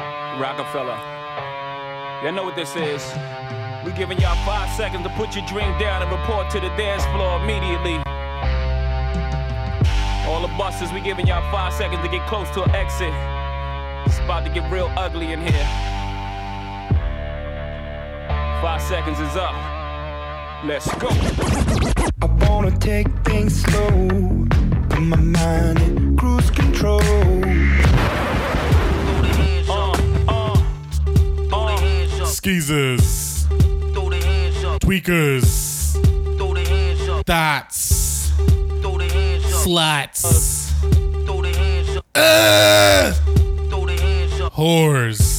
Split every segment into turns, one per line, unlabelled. Rockefeller. Y'all know what this is. We giving y'all five seconds to put your drink down and report to the dance floor immediately. All the buses, we giving y'all five seconds to get close to an exit. It's about to get real ugly in here. Five seconds is up. Let's go.
I wanna take things slow. Put my mind in cruise control.
Skeezers. Tweakers. Dots. Slots. Uh, whores.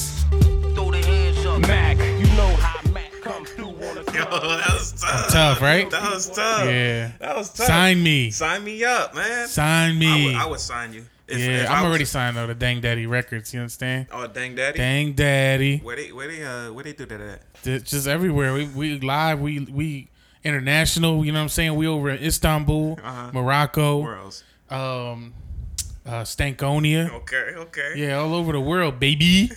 Mac, you know how Mac comes through on the
Yo, that was tough.
Tough, right?
That was tough.
Uh, Yeah.
That was tough.
Sign me.
Sign me up, man.
Sign
I would,
me.
I would sign you. If,
yeah,
if I
I'm
was-
already signed though to Dang Daddy Records. You understand?
Oh, dang, daddy.
Dang Daddy.
Where they, where they, uh, where they do that at?
Th- Just everywhere. We, we live. We we international. You know what I'm saying? We over in Istanbul,
Uh-huh. Where
Morocco,
else?
um, uh, Stankonia.
Okay, okay.
Yeah, all over the world, baby.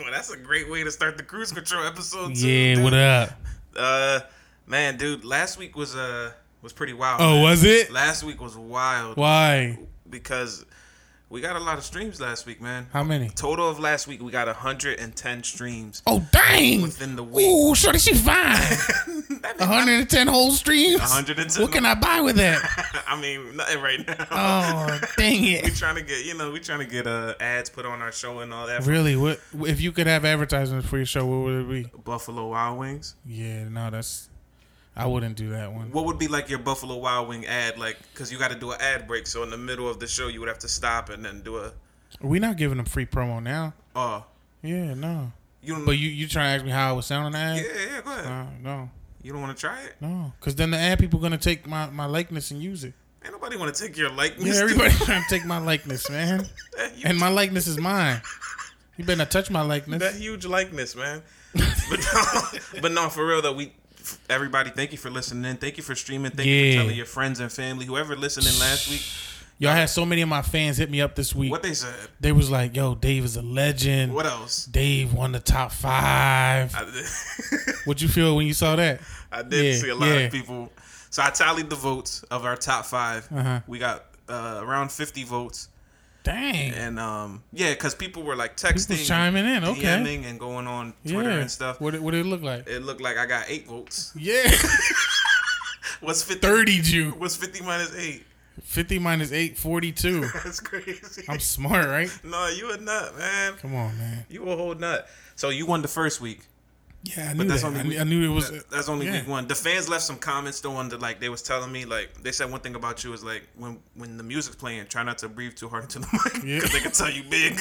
Well, that's a great way to start the cruise control episode. Too,
Yeah,
dude.
what up?
Uh, man, dude, last week was uh was pretty wild.
Oh,
man.
was it?
Last week was wild
Why?
because we got a lot of streams last week, man.
How many?
Total of last week we got 110 streams.
Oh dang!
Within the week.
Ooh, shorty, she fine.
That means-
110 whole streams.
110.
What can I buy with that?
I mean, nothing right now.
Oh dang
we
it!
trying to get, you know, we trying to get uh ads put on our show and all that. for
Really? What if you could have advertisements for your show? What would it be?
Buffalo Wild Wings.
Yeah, no, that's. I wouldn't do that one.
What would be like your Buffalo Wild Wing ad, like? Because you got to do an ad break, so in the middle of the show you would have to stop and then do a.
We not giving them free promo now.
Oh,
Yeah, no.
you don't.
But you Uh. you trying to ask me how I would sound on the ad?
yeah, yeah, go ahead.
No, no,
You don't want to try it?
no. Cause then the ad people gonna take my my likeness and use it.
Ain't nobody want to take your likeness.
Yeah,
dude.
everybody trying to take my likeness, man.
That huge,
And my likeness is mine. You better not touch my likeness.
that huge likeness, man. but no, but no, for real though, we everybody, thank you for listening. Thank you for streaming. Thank you
Yeah.
for telling your friends and family, whoever listening last week,
Y'all had so many of my fans hit me up this week.
what they said.
they was like, "Yo, Dave is a legend.
What else?
Dave won the top five.
I did,
What you feel when you saw that?
I did
Yeah,
see a lot
yeah.
of people. So I tallied the votes of our top 5
Uh-huh.
We got uh, around fifty votes,
Dang.
and um, yeah, because people were like texting,
People chiming in, okay.
DMing, and going on Twitter
yeah.
and stuff.
What it, what it look like?
It looked like I got eight votes.
Yeah,
What's fifty?
thirty Jew.
What's fifty minus eight?
Fifty minus eight, 42.
That's crazy.
I'm smart, right?
no, you a nut, man.
Come on, man.
You a whole nut. So you won the first week.
Yeah, I knew
that's
that.
only
I,
week-
knew, I knew it was.
That- That's only
yeah.
week one. The fans left some comments though on the like they was telling me like they said one thing about you is like when when the music's playing, try not to breathe too hard into the mic
Yeah.
because they can tell you big.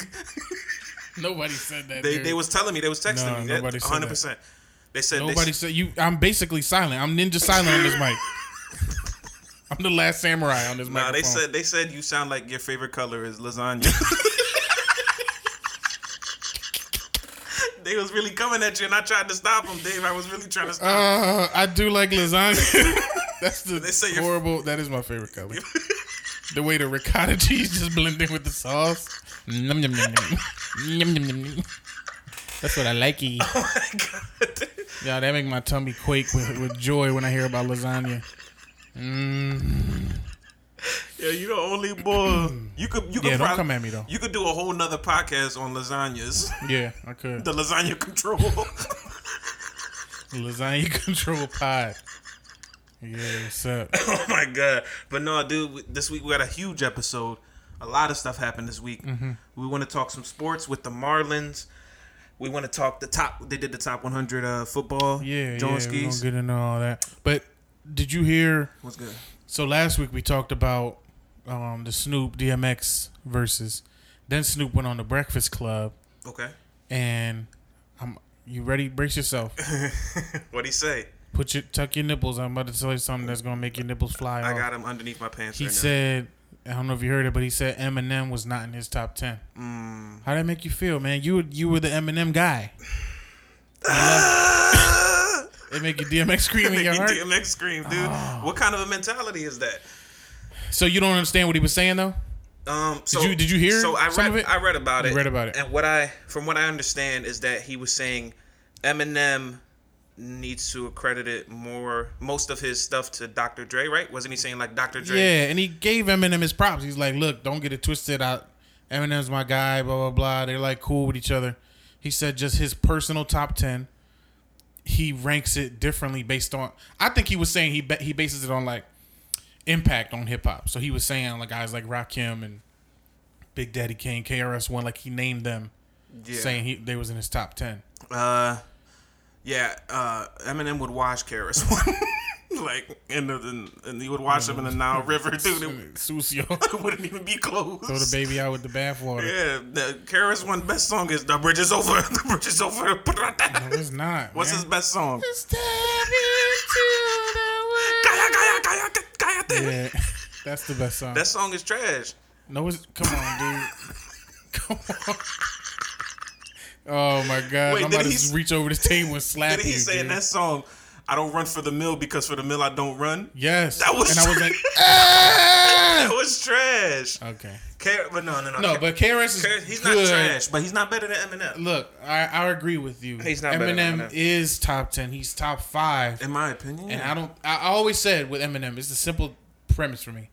Nobody said that.
They
dude.
they was telling me they was texting
No,
me. That,
nobody said
100%. They said
Nobody
they,
said you. I'm basically silent. I'm ninja silent on this mic. I'm the last samurai on this
Nah,
microphone.
they said they said you sound like your favorite color is lasagna. they was really coming at you, and I tried to stop them, Dave. I was really trying to stop. 'em.
Uh, I do like lasagna. That's the
They say you're-
horrible. That is my favorite color. the way the ricotta cheese just blend in with the sauce. Nom, nom, nom, nom. Nom, nom, nom, nom. That's what I like. Yeah,
Oh my god.
that make my tummy quake with, with joy when I hear about lasagna. Mm,
Yeah, you the only boy. You could you could
Yeah, don't
prob-
come at me, though.
You could do a whole nother podcast on lasagnas.
Yeah, I could.
The lasagna control.
Lasagna control pie. Yeah, what's up?
oh my god. But no, dude, we- this week we got a huge episode. A lot of stuff happened this week.
Mm-hmm.
We want to talk some sports with the Marlins. We want to talk the top. They did the top 100 uh, football.
Yeah,
Jones
yeah, we gonna
skis.
get into all that. But did you hear?
What's good?
So last week we talked about um, the Snoop DMX versus. Then Snoop went on the Breakfast Club,
Okay.
and I'm you ready? Brace yourself.
What'd he say?
Put your tuck your nipples. I'm about to tell you something that's gonna make your nipples fly
I
off.
got him underneath my pants.
Oh. he
right
said, I don't know if you heard it, but he said Eminem was not in his top ten.
now. Mm.
How that make you feel, man? You were- you were the Eminem guy. It make your DMX scream in your heart. Oh.
DMX scream, dude. What kind of a mentality is that?
So you don't understand what he was saying though.
Um, so,
you- did you hear
So I
some
read
of it?
I read about
You
it.
read about it.
And what I from what I understand is that he was saying Eminem needs to accredit it more most of his stuff to Dr. Dre, right? Wasn't he saying like Dr. Dre?
Yeah, and he gave Eminem his props. He's like, look, don't get it twisted. out. Eminem's my guy, blah, blah, blah. They're like cool with each other. He said just his personal top 10, he ranks it differently based on. I think he was saying he ba- he bases it on like impact on hip hop. So he was saying like guys like Rakim and Big Daddy Kane, KRS1, like he named them
Yeah.
saying he they was in his top 10.
Uh, yeah. Uh, Eminem would watch Karis one. Like and, the, and he would watch him in the
Mm.
Nile River, dude.
Sucio.
It wouldn't even be close.
Throw the baby out with the bathwater.
Yeah, the Karis one best song is "The Bridge Is Over." The Bridge Is Over.
No, it's not.
What's
man.
his best song?
Step into the world.
Kaya, kaya, kaya, kaya, kaya.
Yeah, that's the best song.
That song is trash.
no, it's, come on, dude. Come on. Oh my God!
Wait,
I'm
did
about to
he s-
reach over this table and slap
Did he
you.
say in
dude.
that song, "I don't run for the mill because for the mill I don't run"?
yes,
That was
and I was like, "Ah!"
That was trash.
okay,
K- but no, no, no.
Uh, no, but KRS is
K- he's not
good.
trash, but he's not better than Eminem,
Look, I, I agree with you.
He's not better than
Eminem
Eminem.
is top ten. He's top five.
in my opinion.
And I don't. I I always said with Eminem, it's a simple premise for me.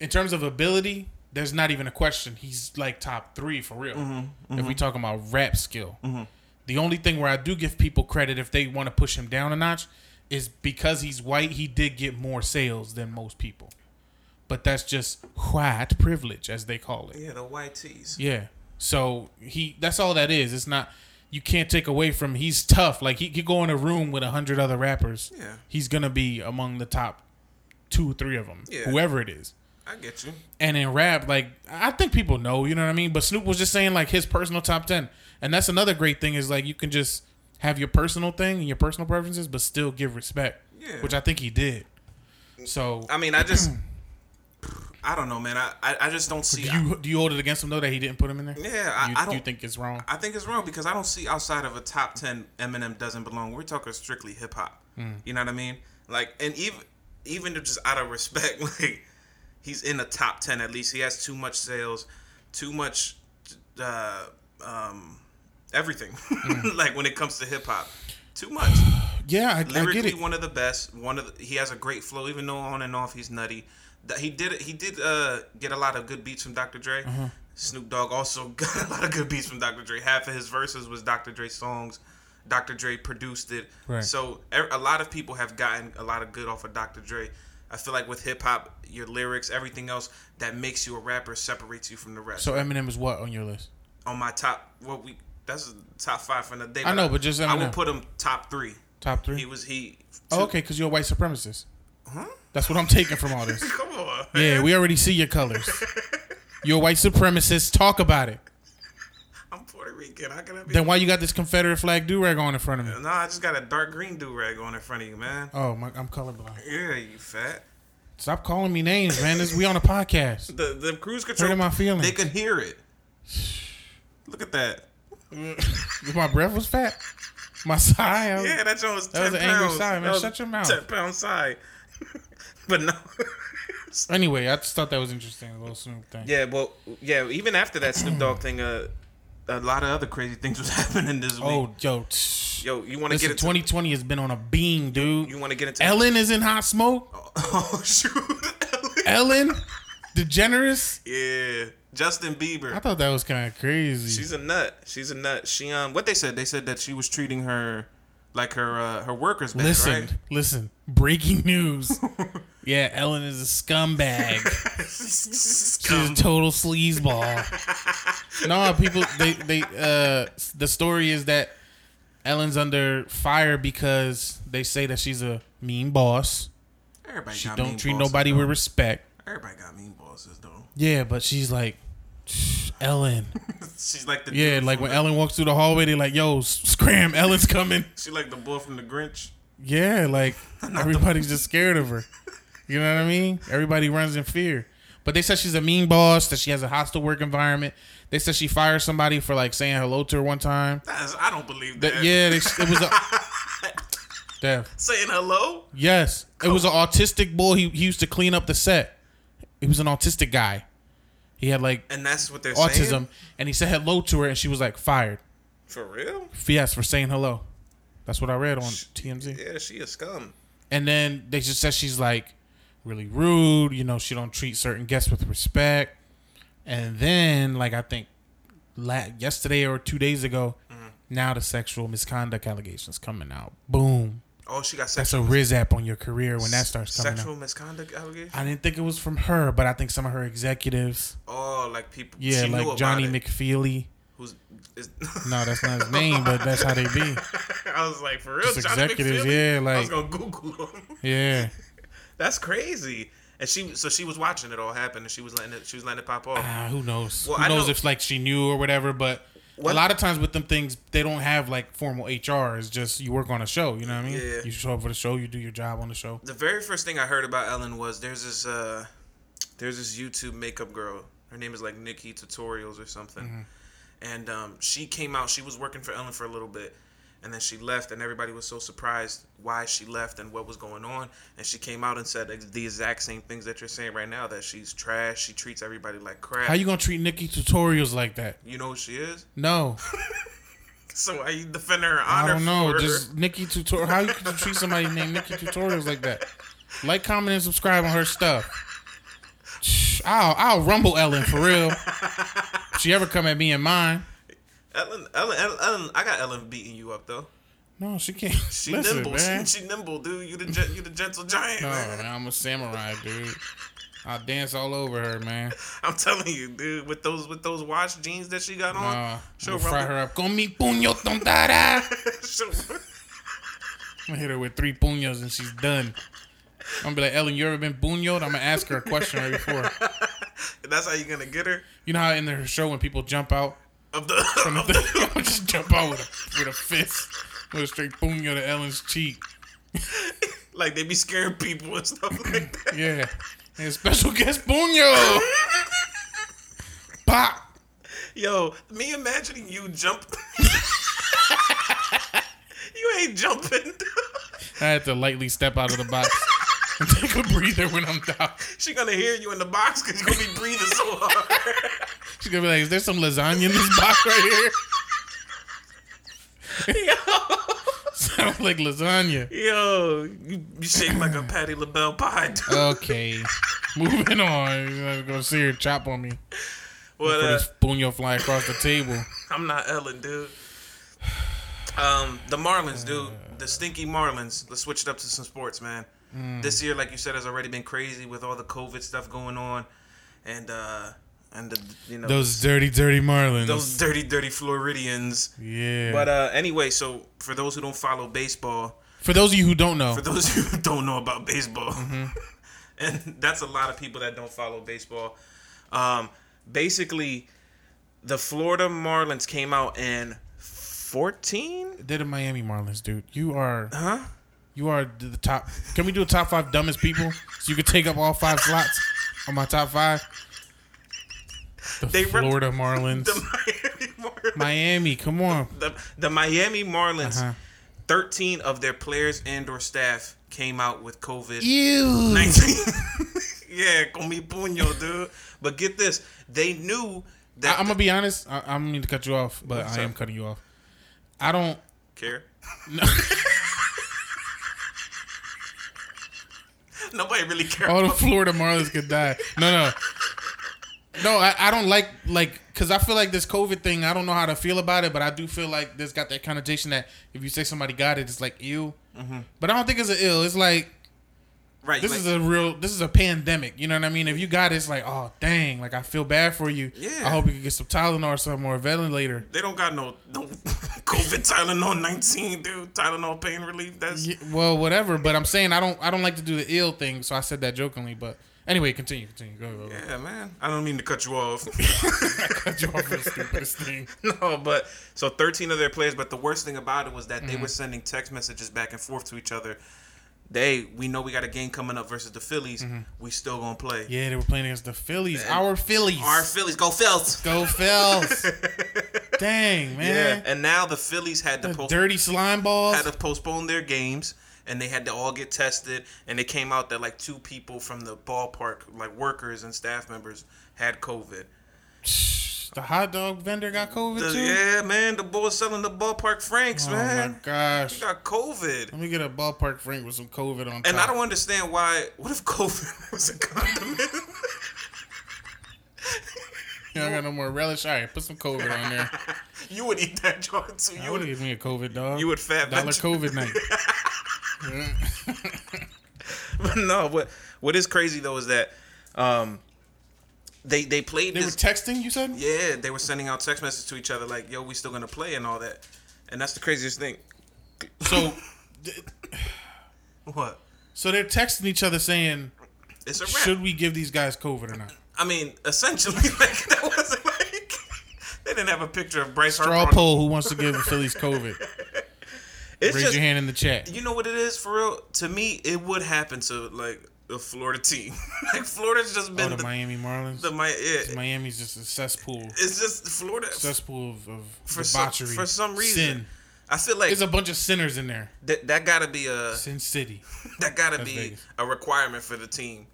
In terms of ability, there's not even a question. He's like top three for real. If we talking about rap skill, the only thing where I do give people credit if they want to push him down a notch is because he's white. He did get more sales than most people, but that's just white privilege, as they call it.
yeah, the white tees.
Yeah. So he that's all that is. It's not you can't take away from he's tough. Like he could go in a room with a hundred other rappers.
Yeah.
He's gonna be among the top two, three of them.
Yeah.
Whoever it is.
I get you.
And in rap, like I think people know, you know what I mean? But Snoop was just saying like his personal top ten. And that's another great thing is like you can just have your personal thing and your personal preferences, but still give respect.
Yeah.
Which I think he did. So
I mean, I just, I don't know, man. I, I, I just don't see.
do you do you hold it against him though that he didn't put him in there?
Yeah, I-
you,
I don't-
you think it's wrong?
I think it's wrong because I don't see outside of a top ten Eminem doesn't belong. We're talking strictly hip hop. You know what I mean? Like, and even even to just out of respect, like he's in the top ten at least. He has too much sales, too much, uh, um, everything. like when it comes to hip hop, too much.
yeah, I, I get
Lyrically,
it.
one of the best. One of the, he has a great flow, even though on and off he's nutty. That he did he did uh get a lot of good beats from Dr. Dre.
Mm-hmm.
Snoop Dogg also got a lot of good beats from Dr. Dre. Half of his verses was Dr. Dre songs. Dr. Dre produced it.
Right.
So e- a lot of people have gotten a lot of good off of Dr. Dre. I feel like with hip hop, your lyrics, everything else that makes you a rapper separates you from the rest.
So Eminem is what on your list?
on my top, what we that's the top five for the day.
I know, but just
I
Eminem.
would put him top three.
Top three.
He was he.
oh, okay, because you're a white supremacist.
Huh?
That's what I'm taking from all this.
Come on.
Yeah, we already see your colors. You're a white supremacist. Talk about it.
I'm Puerto Rican. How can I be?
Then why you got this Confederate flag do rag on in front of me?
no, I just got a dark green do rag on in front of you, man.
Oh my, I'm colorblind.
Yeah, you fat.
Stop calling me names, man. This we on a podcast.
The the cruise control.
Hurting my feelings.
They can hear it. Look at that.
My breath was fat. My sigh. I was-
Yeah, that joint was ten
was an angry
pounds.
side, man.
That was
Shut your mouth.
Ten pound side. but no.
Anyway, I just thought that was interesting. A little Snoop thing.
yeah, well, yeah. Even after that Snoop Dogg thing, uh, a lot of other crazy things was happening this week.
Oh, yo. tsh.
Yo, you want to
Listen,
get into?
2020 has been on a beam, dude.
You want to get into?
Ellen is in hot smoke.
Oh shoot. Ellen.
Ellen, DeGeneres.
Yeah, Justin Bieber.
I thought that was kind of crazy.
She's a nut. She's a nut. She um, what they said? They said that she was treating her like her uh, her workers bad,
listen,
right?
listen. Breaking news. yeah, Ellen is a scumbag. She's a total sleazeball. no, people. They they uh. s- The story is that Ellen's under fire because they say that she's a mean boss.
Everybody
She
got mean
don't treat
bosses,
nobody
though.
with respect.
Everybody got mean bosses though.
Yeah, but she's like. Ellen.
She's like the
Yeah,
dude
like
from
when
the-
Ellen walks through the hallway, they like, yo, s- scram, Ellen's coming.
She like the boy from the Grinch.
Yeah, like everybody's just scared of her. You know what I mean? Everybody runs in fear. But they said she's a mean boss, that she has a hostile work environment. They said she fired somebody for like saying hello to her one time.
That's, I don't believe that.
That, yeah, they, it was a. Dev.
Saying hello.
Yes, it was an autistic boy. He, he used to clean up the set. He was an autistic guy, He had like
and that's what they're
autism,
saying.
and he said hello to her, and she was like fired.
For real?
Yes, for saying hello. That's what I read on TMZ.
Yeah, she a scum.
And then they just said she's like really rude. You know, she don't treat certain guests with respect. And then, like I think, la- yesterday or two days ago,
Mm-hmm.
now the sexual misconduct allegations coming out. Boom.
Oh, she got
That's
sexual
a riz app on your career when that starts coming
sexual
out.
misconduct allegations.
I didn't think it was from her, but I think some of her executives,
Oh, like people.
yeah,
she knew
like Johnny
about it.
McFeely.
Who's? Is,
No, that's not his name, but that's how they be.
I was like, for real,
Just
Johnny
executives,
McFeely?
yeah,
I was
like-
gonna Google him.
Yeah,
That's crazy. And she, so she was watching it all happen, and she was letting it, she was letting it pop off.
Ah, who knows?
Well,
who
I
knows
know-
if like she knew or whatever? But
What-
a lot of times with them things, they don't have like formal HR. It's just you work on a show. You know what I mean?
Yeah.
You show up for the show. You do your job on the show.
The very first thing I heard about Ellen was there's this uh there's this YouTube makeup girl. Her name is like Nikki Tutorials or something.
Mm-hmm.
And um, she came out. She was working for Ellen for a little bit, and then she left. And everybody was so surprised why she left and what was going on. And she came out and said ex- the exact same things that you're saying right now. That she's trash. She treats everybody like crap.
How you gonna treat Nikki tutorials like that?
You know who she is.
No,
So are you defending her
I
honor?
don't know.
For
Just Nikki tutorial. How you can treat somebody named Nikki tutorials like that? Like, comment, and subscribe on her stuff. Shh, I'll I'll rumble Ellen for real. If she ever come at me in mine?
Ellen, Ellen, Ellen, Ellen. I got Ellen beating you up though.
No, she can't.
She
Listen,
nimble.
man.
She, she nimble, dude. You the gen- you the gentle giant.
Oh
man.
man, I'm a samurai, dude. I dance all over her, man.
I'm telling you, dude, with those with those washed jeans that she got on,
Uh,
she'll
I'll fry
rumble-
her up. Con mi puño tontara.
she'll-
I'm gonna hit her with three puños and she's done. I'm gonna be like, Ellen, you ever been puñoed? I'm gonna ask her a question right before.
that's how you're gonna get her
You know how in her show when people jump out,
of the. Of
I'm
the
gonna just jump out with a, with a fist, with a straight puño to Ellen's cheek.
like they be scaring people and stuff like that.
Yeah, and special guest puño. Pop.
Yo, me imagining you jump. you ain't jumping.
I had to lightly step out of the box and take a breather when I'm down.
she gonna hear you in the box because you're gonna be breathing so hard.
She's gonna be like, "Is there some lasagna in this box right here?" Sounds like lasagna.
Yo, you, you shake like a Patty LaBelle pie. Dude.
Okay, moving on. You're gonna see her chop on me.
But,
Put
uh,
this puño fly across the table.
I'm not Ellen, dude. Um, the Marlins, dude. The stinky Marlins. Let's switch it up to some sports, man. This year, like you said, has already been crazy with all the COVID stuff going on, and uh, and the you know those,
Those dirty, dirty Marlins.
dirty, dirty Floridians.
yeah.
But uh, anyway, so for those who don't follow baseball,
for those of you who don't know,
for those who don't know about baseball,
Mm-hmm.
and that's a lot of people that don't follow baseball. Um, basically, the Florida Marlins came out in 14.
did the Miami Marlins, dude. You are. Huh. You are the top. Can we do a top five dumbest people so you could take up all five slots on my top five? The
They rep-
Florida Marlins,
The Miami Marlins.
Miami. Come on.
the, the Miami Marlins.
Uh-huh.
13 of their players and or staff came out with COVID.
Ew.
19. yeah, con mi puño, dude. But get this, they
I,
knew that
am gonna be honest. I, I'm going to cut you off, but I am
up?
cutting you off. I don't.
care. Nobody really cared.
All the
about
Florida Marlins could die. No, no, no. I, I don't like like because I feel like this COVID thing. I don't know how to feel about it, but I do feel like this got that connotation that if you say somebody got it, it's like ew. But I don't think it's an ill. It's like
right.
this
Mm-hmm. like-
is a real. This is a pandemic. You know what I mean? If you got it, it's like oh dang. Like I feel bad for you.
Yeah.
I hope you can get some Tylenol or something or a ventilator.
they don't got no no COVID Tylenol 19, dude. Tylenol pain relief. That's
Yeah, well, whatever. But I'm saying I don't. I don't like to do the ill thing, so I said that jokingly. But anyway, continue, continue. Go, go, go.
yeah, man. I don't mean to cut you off.
Cut you off for the stupidest thing.
No, but so 13 of their players. But the worst thing about it was that
Mm-hmm.
they were sending text messages back and forth to each other. They, we know we got a game coming up versus the Phillies. We still gonna play.
Mm-hmm. Yeah, they were playing against the Phillies. Our Phillies.
Our Phillies go Phils.
go Phils. Dang
Yeah,
man.
and now the Phillies had to post-
Dirty slime balls.
had to postpone their games, and they had to all get tested, and it came out that like two people from the ballpark, like workers and staff members, had COVID.
The hot dog vendor got COVID
The-
too.
yeah, man, the boy selling the ballpark franks,
oh my
man,
Oh, gosh.
he got COVID.
Let me get a ballpark frank with some COVID on top.
And I don't understand why. What if COVID was a condiment?
You don't got no more relish. All right, put some COVID on there.
you would eat that joint too.
You
You
would
would.
give me a COVID dog.
You would fat
dollar
bitch.
COVID night.
no, but what is crazy though is that um, they they played
They were
this.
texting. You said.
yeah, they were sending out text messages to each other like, "Yo, we still gonna play" and all that. And that's the craziest thing.
So,
What?
so they're texting each other saying,
It's a wrap.
"Should we give these guys COVID or not?"
I mean, essentially, like that wasn't like they didn't have a picture of Bryce
Straw
Harper. on-
poll. Who wants to give the Phillies COVID?
It's
Raise
just,
your hand in the chat.
You know what it is for real? To me, it would happen to like a Florida team. like Florida's just
Oh,
been
the
the,
Miami Marlins.
the Mi- yeah,
Miami's just a cesspool.
It's just Florida.
Cesspool of, of
for some-
debauchery.
for some reason.
sin.
I feel like
It's a bunch of sinners in there.
that that gotta be a
Sin City.
that gotta
That's
be
Vegas.
a requirement for the team.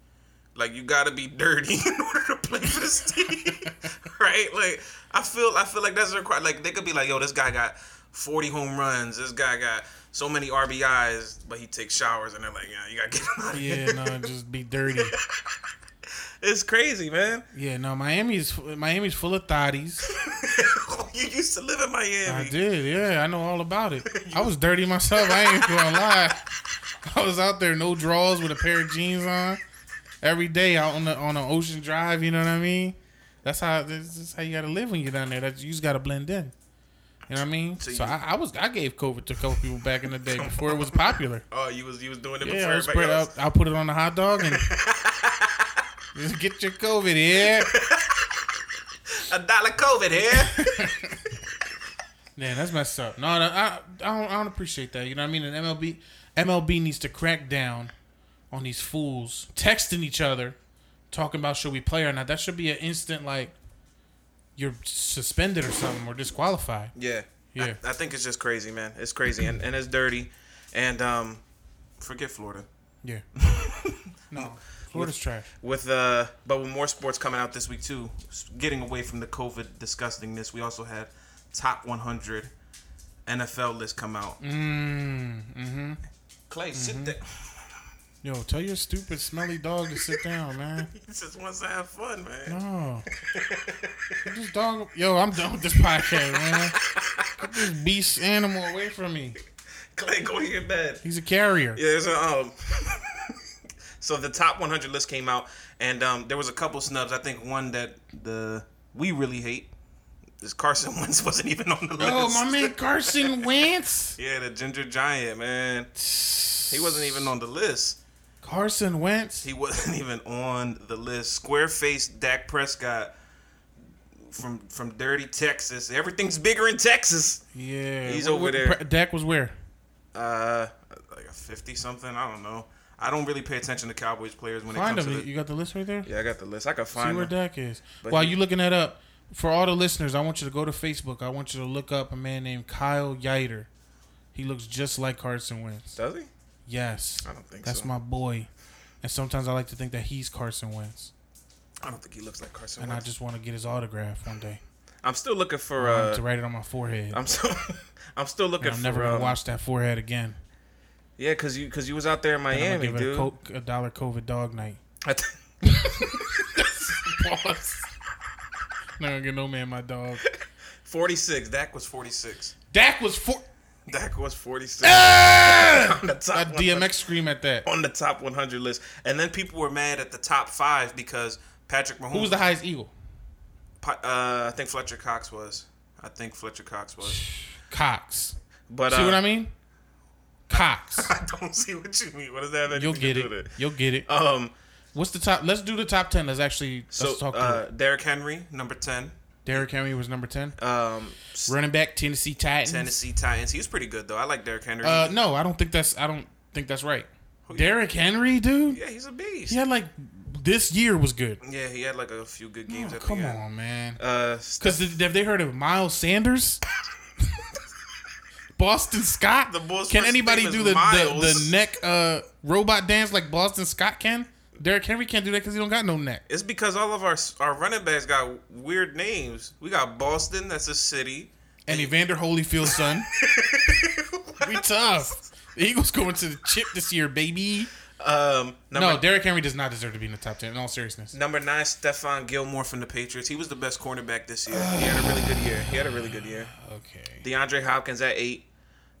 Like you gotta be dirty in order to play for this team, right? Like I feel I feel like that's a requirement. Like they could be like, yo, this guy got forty home runs. This guy got so many RBIs, but he takes showers, and they're like, yeah, you gotta get him out of here.
Yeah, no, just be dirty.
It's crazy, man.
Yeah, no, Miami's Miami's full of thotties.
you used to live in Miami.
I did, yeah. I know all about it. I was dirty myself. I ain't gonna lie. I was out there, no drawers, with a pair of jeans on, every day out on the on the ocean drive. You know what I mean? That's how this is how you gotta live when you're down there. That you just gotta blend in. You know what I mean? So,
you-
I, I was I gave COVID to a couple people back in the day before it was popular.
Oh, you was you was doing it
Yeah,
before
I'll
everybody
spread
else.
out. I'll put it on the hot dog and just get your COVID here.
A dollar COVID here.
Man, that's messed up. No, no, I, I, don't, I don't appreciate that. You know what I mean? And MLB, MLB needs to crack down on these fools texting each other, talking about should we play or not. That should be an instant like you're suspended or something or disqualified.
Yeah.
Yeah.
I, I think it's just crazy, man. It's crazy and, and it's dirty. And um forget Florida.
Yeah. no, Florida's trash.
With uh but with more sports coming out this week too, s- getting away from the COVID disgustingness, we also had top 100 NFL list come out.
Mm, mm-hmm.
Clay, sit there.
Yo, tell your stupid smelly dog to sit down, man. Oh.
He just wants to have fun, man.
No. Get this dog. Yo, I'm done with this podcast, man. Get this beast animal away from me.
Clay, go to your bed.
He's a carrier.
Yeah, there's a um. so the top 100 list came out, and um, there was a couple snubs. I think one that the we really hate is Carson Wentz wasn't even on the list.
Oh, my man Carson Wentz.
Yeah, the ginger giant man. He wasn't even on the list.
Carson Wentz.
He wasn't even on the list. Square faced Dak Prescott from from dirty Texas. Everything's bigger in Texas.
Yeah.
He's
Wh-
over
wh-
there.
Dak was where?
Uh, like a 50 something. I don't know. I don't really pay attention to Cowboys players when
Find
it comes
him.
to.
You
The,
got the list right there?
yeah, I got the list. I could find
See where
him.
Dak is.
But
While
he-
you looking that up, for all the listeners, I want you to go to Facebook. I want you to look up a man named Kyle Yiter. He looks just like Carson Wentz.
Does he?
Yes.
I don't think
That's
so.
my boy. And sometimes I like to think that he's Carson Wentz.
I don't think he looks like Carson
And I
Wentz.
just want to get his autograph one day.
I'm still looking for.
I want to
Uh,
write it on my forehead.
I'm still. I'm still looking
and I'm
for.
never
um,
gonna wash that forehead again.
Yeah, cause you cause you was out there in
And I'm
Miami,
gonna give it
dude.
a, co- a dollar COVID dog night.
I th-
Not gonna get no man my dog.
46. Dak was 46.
Dak was four.
Dak was 46.
Ah!
on, the
A
top 100
DMX scream at that.
on the top 100 list, and then people were mad at the top five because Patrick Mahomes.
Who was the highest eagle?
pa- Uh, I think Fletcher Cox was. I think Fletcher Cox was.
Cox.
But
See
uh,
what I mean? Cox.
I don't see what you mean. What does that have
You'll get
anything to do
it.
with
You'll get it.
it? Um.
What's the top? Let's do the top ten. Let's actually
So
let's talk. to
uh,
it.
Derrick Henry, number 10.
Derrick Henry was number ten.
Um,
Running back, Tennessee Titans.
Tennessee Titans. He was pretty good though. I like Derrick Henry.
Uh, no, I don't think that's. I don't think that's right. Derrick Henry, dude.
yeah, he's a beast.
He had like this year was good.
Yeah, he had like a few good games.
Oh,
at
come
the end.
on, man.
Uh, Steph-
Because have they heard of Miles Sanders? Boston Scott.
The Bulls'
can
first
anybody
name
do
is
the, the
Miles.
the neck uh, robot dance like Boston Scott can? Derrick Henry can't do that because he don't got no neck.
It's because all of our our running backs got weird names. We got Boston, that's a city.
And Evander Holyfield's son. we tough. The Eagles going to the chip this year, baby.
Um, number,
No, Derrick Henry does not deserve to be in the top ten. In all seriousness,
number nine, Stefan Gilmore from the Patriots. He was the best cornerback this year. He had a really good year. He had a really good year.
okay.
DeAndre Hopkins at eight.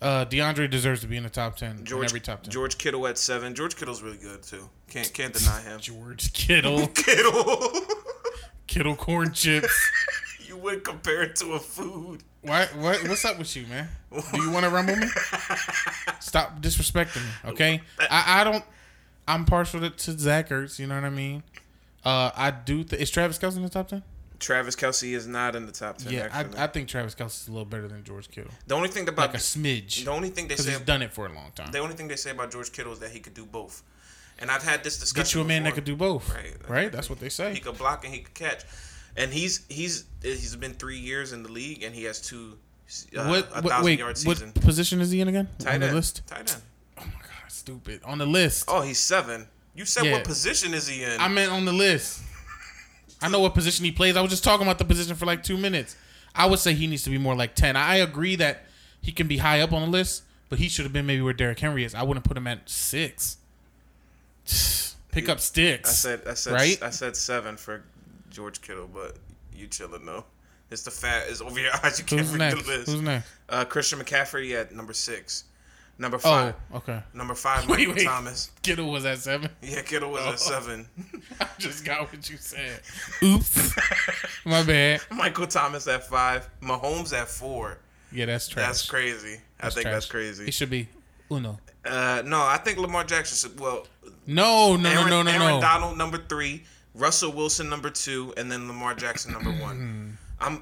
Uh, DeAndre deserves to be in the top ten. in
George
every top ten.
George Kittle at seven. George Kittle's really good too. Can't can't deny him.
George Kittle,
Kittle,
Kittle corn chips.
you would compare it to a food.
Why, what, what's up with you, man? Do you want to rumble me? Stop disrespecting me, okay? I, I don't. I'm partial to, to Zach Ertz. You know what I mean? Uh, I do. Th- is Travis Kelsey in the top ten?
Travis Kelsey is not in the top ten.
Yeah,
actually.
I, I think Travis Kelsey's a little better than George Kittle,
the only thing about
like a smidge,
the only thing they
because
say
he's done it for a long time.
the only thing they say about George Kittle is that he could do both. And I've had this discussion.
Get you a man that
before.
could do both,
Right.
right? That's what they say.
He could block and he could catch. And he's he's he's been three years in the league and he has two uh, a
what? what
thousand
wait,
yard season.
what position is he in again?
Tight
on the
end.
list?
Tight end.
Oh my god, stupid! On the list.
Oh, he's seven. You said
Yeah.
what position is he in?
I meant on the list. I know what position he plays. I was just talking about the position for like two minutes. I would say he needs to be more like ten. I agree that he can be high up on the list, but he should have been maybe where Derrick Henry is. I wouldn't put him at six. Pick up sticks.
I said I said
right.
I said seven for George Kittle, but you chilling though. It's the fat is over your eyes. You can't
Who's
read
next?
the list.
Who's next?
Uh, Christian McCaffrey at number six. Number
Oh,
five.
okay.
Number five.
Wait,
Michael
wait. Oh.
Thomas.
Kittle was at seven.
Yeah, Kittle was at seven.
I just got what you said. Oops. My bad.
Michael Thomas at five. Mahomes at four.
Yeah, that's trash.
That's crazy. I think that's
He
crazy.
should be uno.
Uh, no, I think Lamar Jackson. Should, well,
No, no,
Aaron,
no, no, no,
Aaron
no.
Donald number three, Russell Wilson number two, and then Lamar Jackson number one. I'm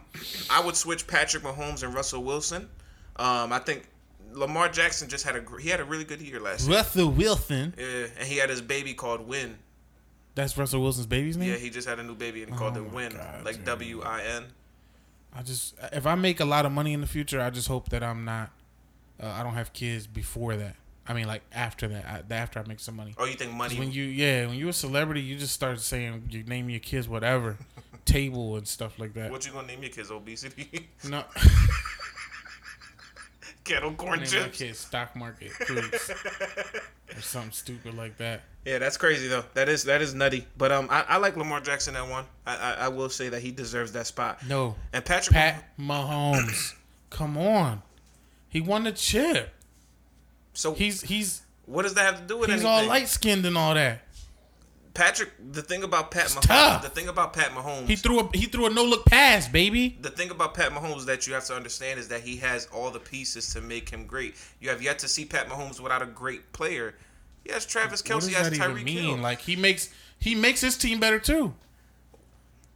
I would switch Patrick Mahomes and Russell Wilson. Um, I think Lamar Jackson just had a gr- he had a really good year last year.
Russell Wilson.
Yeah, and he had his baby called Win.
That's Russell Wilson's baby's name.
Yeah, he just had a new baby and he called it Win,
Oh God,
like
dude.
W I N.
I just if I make a lot of money in the future, I just hope that I'm not. Uh, I don't have kids before that. I mean, like after that, I, after I make some money.
Oh, you think
'Cause
money?
When you yeah, when you're a celebrity, you just start saying you name your kids whatever, table and stuff like that.
what you gonna name your kids? Obesity,
No,
kettle
name
corn
my
chips.
kids stock market cruise or something stupid like that.
Yeah, that's crazy though. That is that is nutty. But um, I, I like Lamar Jackson at one. I, I I will say that he deserves that spot.
No,
And Patrick
Pat Mahomes, come on, he won the chip.
So
He's he's
what does that have to do with
he's
anything?
all light skinned and all that.
Patrick, the thing about Pat Mahomes,
tough.
the thing about Pat Mahomes,
He threw a he threw a no look pass, baby.
the thing about Pat Mahomes that you have to understand is that he has all the pieces to make him great. You have yet to see Pat Mahomes without a great player. He has Travis Kelsey, he
what
has
does that even
Tyreek
mean?
Hill.
Like he makes he makes his team better too.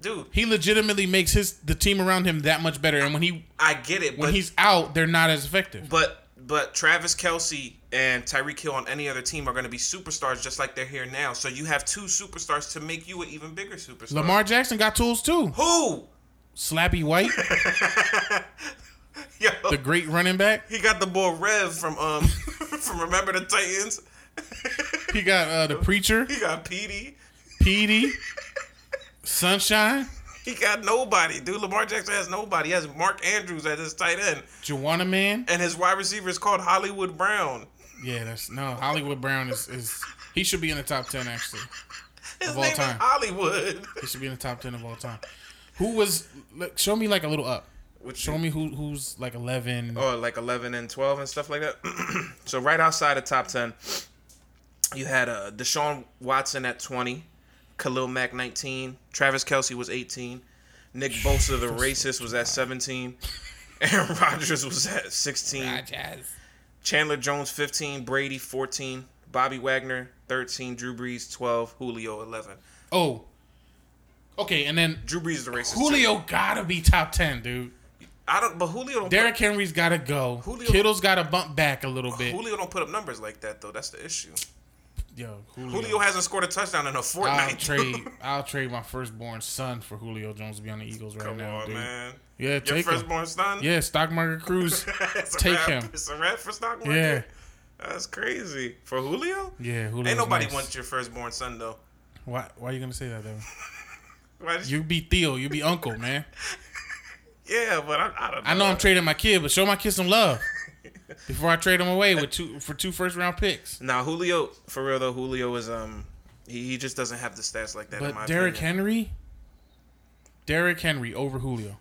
Dude,
He legitimately makes his the team around him that much better. And when he
I get it,
when
but
he's out, they're not as effective.
but but Travis Kelsey and Tyreek Hill on any other team are going to be superstars just like they're here now. So you have two superstars to make you an even bigger superstar.
Lamar Jackson got tools too.
who?
Slappy White,
Yo,
the great running back.
he got the boy Rev from um from Remember the Titans.
He got uh, the preacher,
He got Petey.
Petey, Sunshine,
He got nobody, dude. Lamar Jackson has nobody. He has Mark Andrews at his tight end,
Joanna Man.
and his wide receiver is called Hollywood Brown.
Yeah, that's no Hollywood Brown is is he should be in the top ten actually.
His
all
name
time.
is Hollywood.
He should be in the top ten of all time. Who was? Look, show me like a little up. Show me who who's like eleven.
Oh, like eleven and twelve and stuff like that. so right outside of top ten, you had uh, Deshaun Watson at twenty, Khalil Mack nineteen, Travis Kelsey was eighteen, Nick Bosa the racist was at seventeen, Aaron Rodgers was at sixteen.
Jazz.
Chandler Jones 15, Brady 14, Bobby Wagner 13, Drew Brees 12, Julio 11.
Oh. Okay, and then
Drew Brees is the racist. too.
Julio gotta be top ten, dude.
I don't but Julio don't
Derrick Henry's gotta go.
Julio-
Kittle's gotta bump back a little
put,
bit.
Julio don't put up numbers like that though. That's the issue.
yo, Julio.
Julio hasn't scored a touchdown in a
I'll
fortnight.
trade. I'll trade my firstborn son for Julio Jones to be on the Eagles right
Come
now,
on,
dude.
man.
Yeah,
Your
take him.
firstborn son.
Yeah, stock market cruise.
it's a
Take
wrap.
him.
It's a wrap for stock market.
Yeah.
That's crazy for Julio.
yeah, Julio.
Ain't nobody
nice.
wants your firstborn son though.
Why? Why are you gonna say that though?
Why did you?
You be Theo. You be uncle, man.
Yeah, but I, I don't. Know.
I know I'm trading my kid, but show my kid some love before I trade him away with two for two first round picks.
Now Julio, for real though, Julio is um, he, he just doesn't have the stats like that. in my
But Derrick
opinion.
Henry, Derrick Henry over Julio.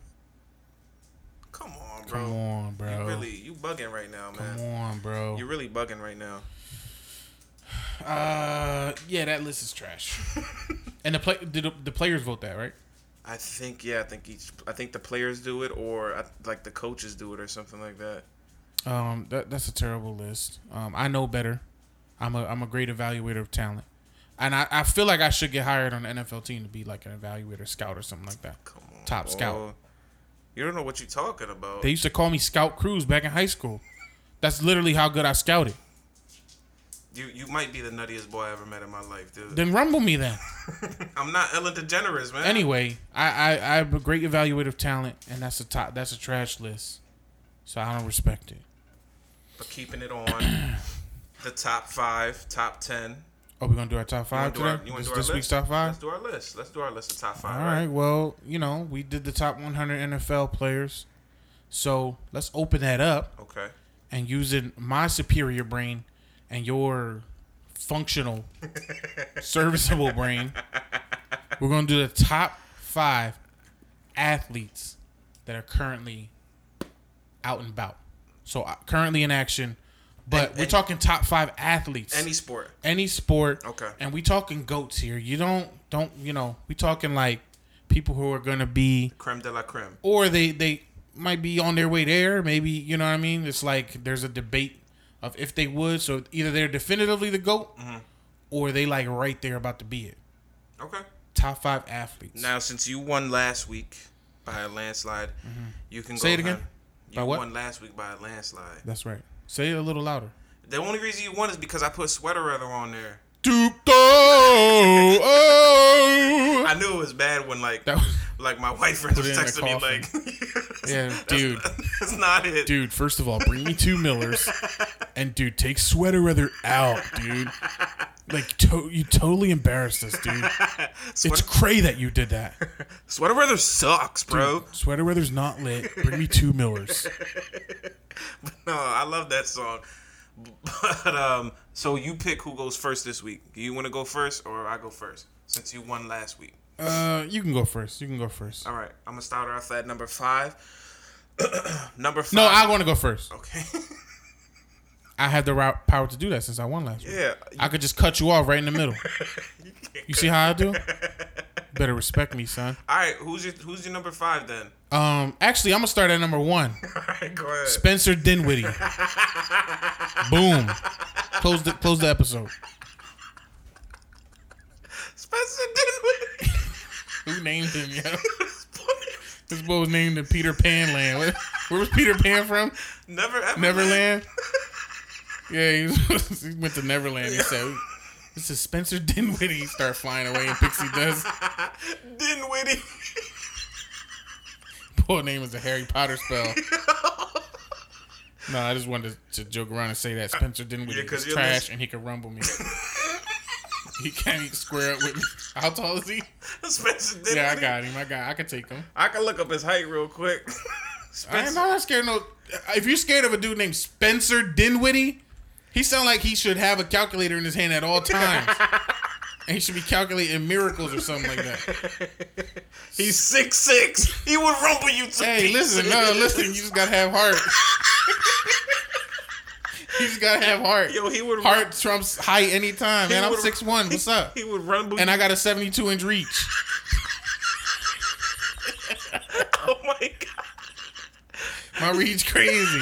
come on, bro.
Come on, bro.
You really, you bugging right now,
Come
man.
on, bro.
You're really bugging right now.
Uh, yeah, that list is trash. and the play did the, the players vote that right?
I think yeah, I think each, I think the players do it or I, like the coaches do it or something like that.
Um, that, that's a terrible list. Um, I know better. I'm a I'm a great evaluator of talent, and I, I feel like I should get hired on the NFL team to be like an evaluator scout or something like that.
Come on,
Top
boy.
scout.
You don't know what you're talking about.
They used to call me Scout Cruz back in high school. That's literally how good I scouted.
you you might be the nuttiest boy I ever met in my life, dude.
Then rumble me then.
I'm not Ellen DeGeneres, man.
Anyway, I I I'm a great evaluator of talent, and that's a top that's a trash list. So I don't respect it.
But keeping it on the top five, top ten.
Oh, we're gonna do our top
You wanna
five
do our-
today.
you wanna
This,
do our
this week's
list?
top five.
Let's do our list. Let's do our list of top five.
All right. Well, you know, we did the top 100 NFL players. So let's open that up
Okay.
and using my superior brain and your functional, serviceable brain, we're going to do the top five athletes that are currently out and about. So uh, currently in action, but
And-
we're
and-
talking top five athletes
Any sport.
any sport.
Okay.
And we talking goats here. You don't don't you know, we talking like people who are gonna be
Creme de la creme.
or they they might be on their way there, maybe you know what I mean? It's like there's a debate of if they would, so either they're definitively the GOAT or they like right there about to be it.
Okay.
Top five athletes.
Now, since you won last week by a landslide, you can
Mm-hmm. Say
go
it again?
hun. You
By what?
won last week by a landslide.
That's right. Say it a little louder.
The only reason you won is because I put sweater weather on there.
Duke oh,
I knew it was bad when like
That was-
like my wife friends was
it in the
texting me
coffin.
like,
Yeah, dude.
that's not it.
dude, first of all, bring me two Millers, and dude, take sweater weather out, dude. Like, to- you totally embarrassed us, dude. It's
Sweater,
cray that you did that.
sweater weather sucks, bro.
Sweater weather's not lit. Bring me two Millers.
No, I love that song. But um, so you pick who goes first this week. Do you want to go first or I go first since you won last week?
Uh, you can go first. You can go first.
All right, I'm gonna start off at number five. number five.
No, I want to go first.
okay.
I had the right power to do that since I won last week.
yeah,
I could just cut you off right in the middle. You see how I do? Better respect me, son.
All right, who's your who's your number five then?
Um, actually, I'm gonna start at number one.
All right, go ahead.
Spencer Dinwiddie. Boom. Close the close the episode.
Spencer Dinwiddie.
Who named him? Yeah, this boy was named in Peter Pan Land. Where, where was Peter Pan from?
Never ever.
Neverland. Yeah, he, was, he went to Neverland. He said, "This is Spencer Dinwiddie." Start flying away in pixie dust.
Dinwiddie.
Poor name is a Harry Potter spell. No, I just wanted to, to joke around and say that Spencer Dinwiddie
Yeah, 'cause
was
you're
trash
lis-
and he could rumble me. he can't even square up with me. How tall is he?
Spencer Dinwiddie.
Yeah, I got him. I got. I can take him.
I can look up his height real quick.
I ain't
Spencer.
not scared of no. If you're scared of a dude named Spencer Dinwiddie, he sound like he should have a calculator in his hand at all times, and he should be calculating miracles or something like that.
He's six six. He would rumble you to
Hey,
pieces.
listen, no, listen. You just gotta have heart. you just gotta have heart.
Yo, he would
heart trumps height anytime, man. I'm
would-
six one. What's up?
He would rumble.
And I got a 72 inch reach.
oh my god.
My reach crazy.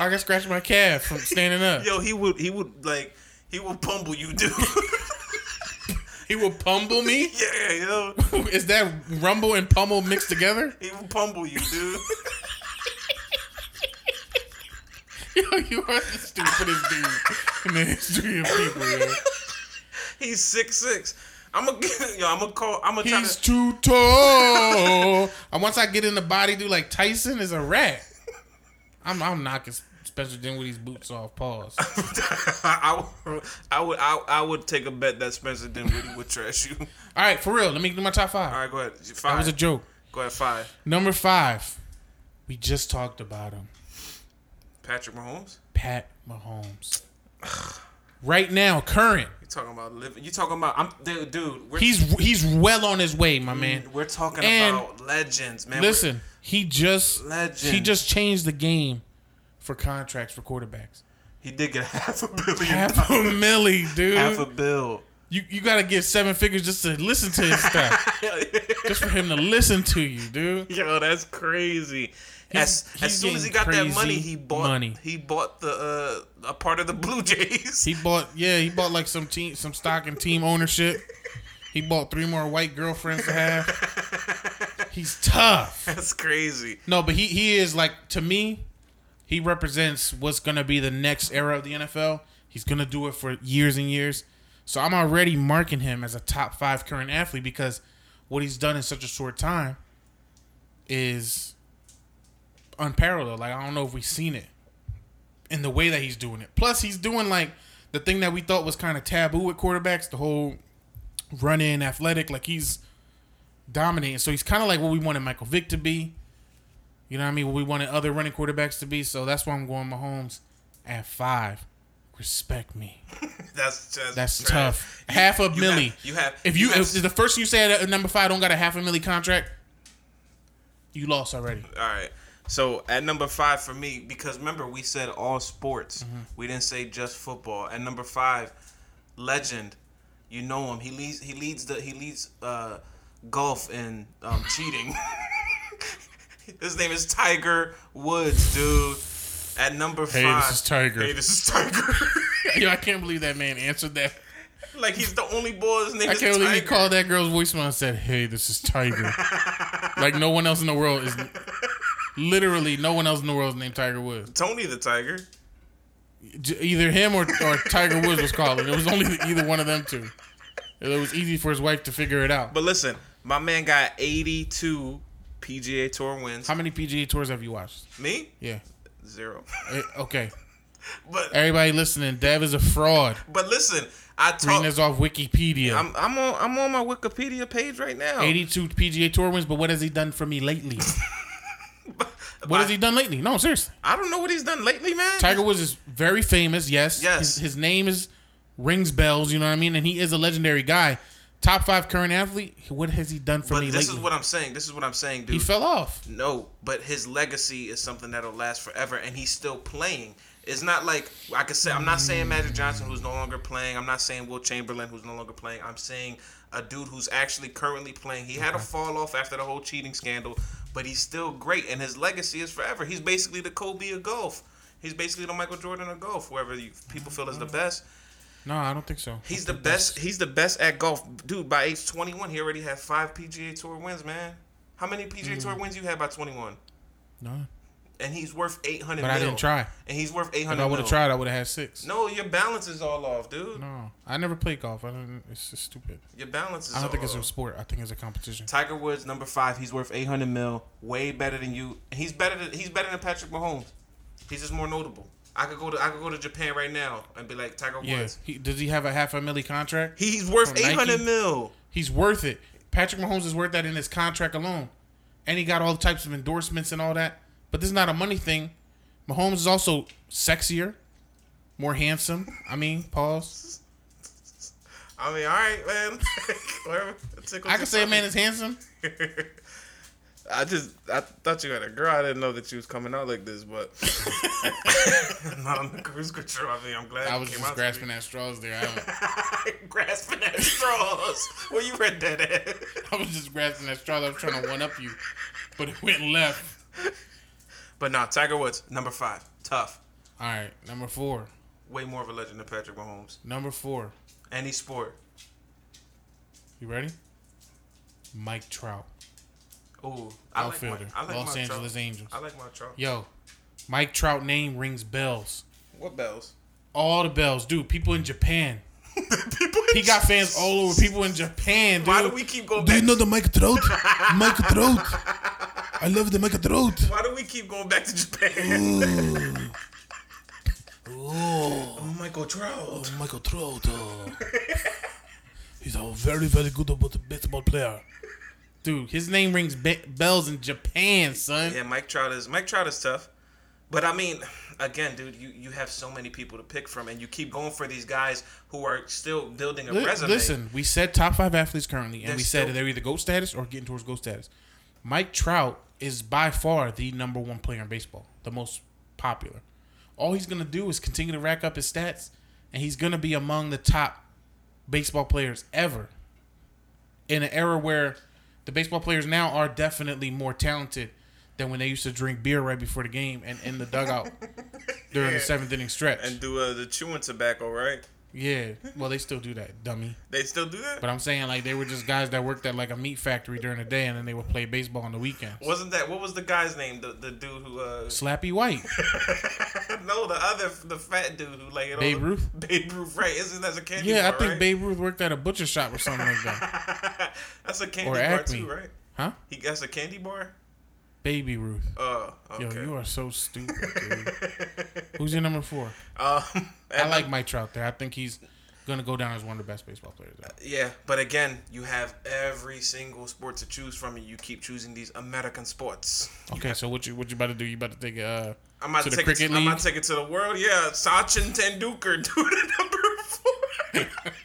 I can scratch my calf from standing up.
Yo, he would. He would like. He would pumble you, dude.
He will pummel me.
yeah, yo.
Is that rumble and pummel mixed together?
He would pumble you, dude.
Yo, you are the stupidest dude in the history of people. Yo.
He's six six. I'm gonna yo. I'm gonna call. I'm gonna try
He's
to.
too tall. and once I get in the body, dude, like Tyson is a rat. I'm I'm knocking Spencer Dinwiddie's boots off. Pause.
I, would- I would. I, I would take a bet that Spencer Dinwiddie would trash you.
All right, for real. Let me do my top five.
All right, go ahead.
That
Five.
was a joke.
go ahead. Five.
Number five. We just talked about him.
Patrick Mahomes.
Pat Mahomes. Right now, current.
You talking about living? You talking about? I'm dude. dude we're,
He's he's well on his way, my man.
we're talking
And-
about legends, man. We're-
Listen, he just
Legend.
he just changed the game for contracts for quarterbacks.
he did get half a billion.
Half a
dollars.
milli, dude.
half a bill.
you you gotta give seven figures just to listen to his stuff, just for him to listen to you, dude.
Yo, that's crazy.
He's-
as
he's
as soon as he
getting
got that money,
crazy
he bought
money.
he bought the uh, a part of the Blue Jays.
He bought yeah, he bought like some team some stock in team ownership. He bought three more white girlfriends to have. He's tough.
that's crazy.
No, but he he is like to me, he represents what's gonna be the next era of the NFL. He's gonna do it for years and years. So I'm already marking him as a top five current athlete because what he's done in such a short time is unparalleled. Like I don't know if we've seen it in the way that he's doing it. Plus he's doing like the thing that we thought was kind of taboo with quarterbacks, the whole run in athletic, like he's dominating. So he's kinda like what we wanted Michael Vick to be. You know what I mean? What we wanted other running quarterbacks to be. So that's why I'm going Mahomes at five. Respect me.
That's just
That's
trash.
tough. Half a
you
milli.
have- you have-
If
you
you,
have-
if the first thing you said at number five don't got a half a milli contract, you lost already.
All right. So at number five for me, because remember we said all sports.
Mm-hmm.
We didn't say just football. At number five, legend. You know him. He leads. He leads the. He leads uh, golf in um, cheating. His name is Tiger Woods, dude. At number
Hey,
five.
this is Tiger.
Hey, this is Tiger.
Yo, I can't believe that man answered that.
like he's the only boy. His name
I
is
can't believe he
Tiger.
called that girl's voicemail and said, "Hey, this is Tiger." like no one else in the world is. Literally, no one else in the world is named Tiger Woods.
Tony the Tiger.
J- either him or, or Tiger Woods was calling. It was only either one of them two. It was easy for his wife to figure it out.
But listen, my man got 82 PGA Tour wins.
How many PGA tours have you watched?
Me
Yeah.
zero.
Eh, okay.
But
Everybody listening, Dev is a fraud.
But listen, I talk.
Reading this off Wikipedia.
I'm, I'm on. I'm on my Wikipedia page right now.
82 PGA Tour wins, but what has he done for me lately? What has he done lately? No, seriously.
I don't know what he's done lately, man.
Tiger Woods is very famous. Yes.
Yes.
His, his name is rings bells. You know what I mean? And he is a legendary guy. Top five current athlete. What has he done for
but
me
this
lately?
is what I'm saying. This is what I'm saying, dude.
he fell off.
no, but his legacy is something that'll last forever, and he's still playing. It's not like I could say. I'm not saying Magic Johnson, who's no longer playing. I'm not saying Will Chamberlain, who's no longer playing. I'm saying a dude who's actually currently playing. He had a fall off after the whole cheating scandal, but he's still great, and his legacy is forever. He's basically the Kobe of golf. He's basically the Michael Jordan of golf, whoever you, people feel is the best.
No, I don't think so.
He's the best. He's the best at golf, dude. By age 21, he already had five PGA Tour wins, man. How many PGA Tour wins you had by 21?
No.
And he's worth 800.
But I
mil.
didn't try.
And he's worth 800.
If I would have
mil.
tried, I would have had six.
No, your balance is all off, dude.
No, I never played golf. I don't. It's just stupid.
Your balance is.
I
all
don't think it's a
off.
sport. I think it's a competition.
Tiger Woods, number five. He's worth 800 mil. Way better than you. He's better than he's better than Patrick Mahomes. He's just more notable. I could go to I could go to Japan right now and be like Tiger
Yeah.
Woods.
He, does he have a half a milli contract?
He's worth
From
800
Nike?
mil.
He's worth it. Patrick Mahomes is worth that in his contract alone, and he got all types of endorsements and all that. But this is not a money thing. Mahomes is also sexier, more handsome. I mean, pause.
I mean, all right, man. Whatever. Tickles
I
your
can say a
fancy.
man is handsome.
I just I thought you had a girl. I didn't know that you was coming out like this, but not on the cruise control. I mean, I'm glad
I
you
was
came
just
out to me.
grasping at straws there. I, don't-
grasping at straws. Where you read that at?
I was just grasping at straws. I was trying to one up you, but it went left.
But nah, Tiger Woods, number five, tough.
All right, number four.
Way more of a legend than Patrick Mahomes.
Number four.
Any sport.
You ready? Mike Trout,
Ooh, I like my,
outfielder,
I like
Los
my
Angeles
trout.
Angels.
I like my trout.
Yo, Mike Trout name rings bells.
What bells?
All the bells, dude. People in Japan,
People in
He got fans all over. People in Japan. Dude.
Why do we keep going
Do
back?
you know the Mike Trout? Mike Trout. I love the Mike Trout.
Why do we keep going back to Japan? Oh, Michael Trout.
Michael Trout. uh, he's a very, very good baseball player.
Dude, his name rings be- bells in Japan, son.
Yeah, Mike Trout is Mike Trout is tough, but I mean, again, dude, you you have so many people to pick from, and you keep going for these guys who are still building a
Li-
resume.
Listen, we said top five athletes currently, and
They're
we said
still-
they're either GOAT status or getting towards GOAT status. Mike Trout is by far the number one player in baseball, the most popular. All he's going to do is continue to rack up his stats, and he's going to be among the top baseball players ever in an era where the baseball players now are definitely more talented than when they used to drink beer right before the game and in the dugout during the seventh inning stretch.
and do uh, the chewing tobacco, right?
yeah, well, they still do that, dummy.
They still do that.
But I'm saying like they were just guys that worked at like a meat factory during the day and then they would play baseball on the weekends.
Wasn't that what was the guy's name? The the dude who uh
Slappy White.
no the other the fat dude who like it all-
Babe Ruth?
Babe Ruth right isn't that a candy
Yeah, I
bar,
think
right?
Babe Ruth worked at a butcher shop or something like that.
that's a candy
or
bar
Acme.
too right
Huh?
he that's a candy bar
Baby Ruth.
oh
Yo,
okay
you are so stupid, dude. Who's your number four?
um
I like Mike Trout there. I think he's gonna go down as one of the best baseball players. ever.
Yeah, but again, you have every single sport to choose from, and you keep choosing these American sports.
Okay, so what you what you about to do? You about to take uh
Uh, I'm about
to
to,
the
take
cricket
it. I'm
league.
about to take it to the world. Yeah, Sachin Tendulkar, dude, number four.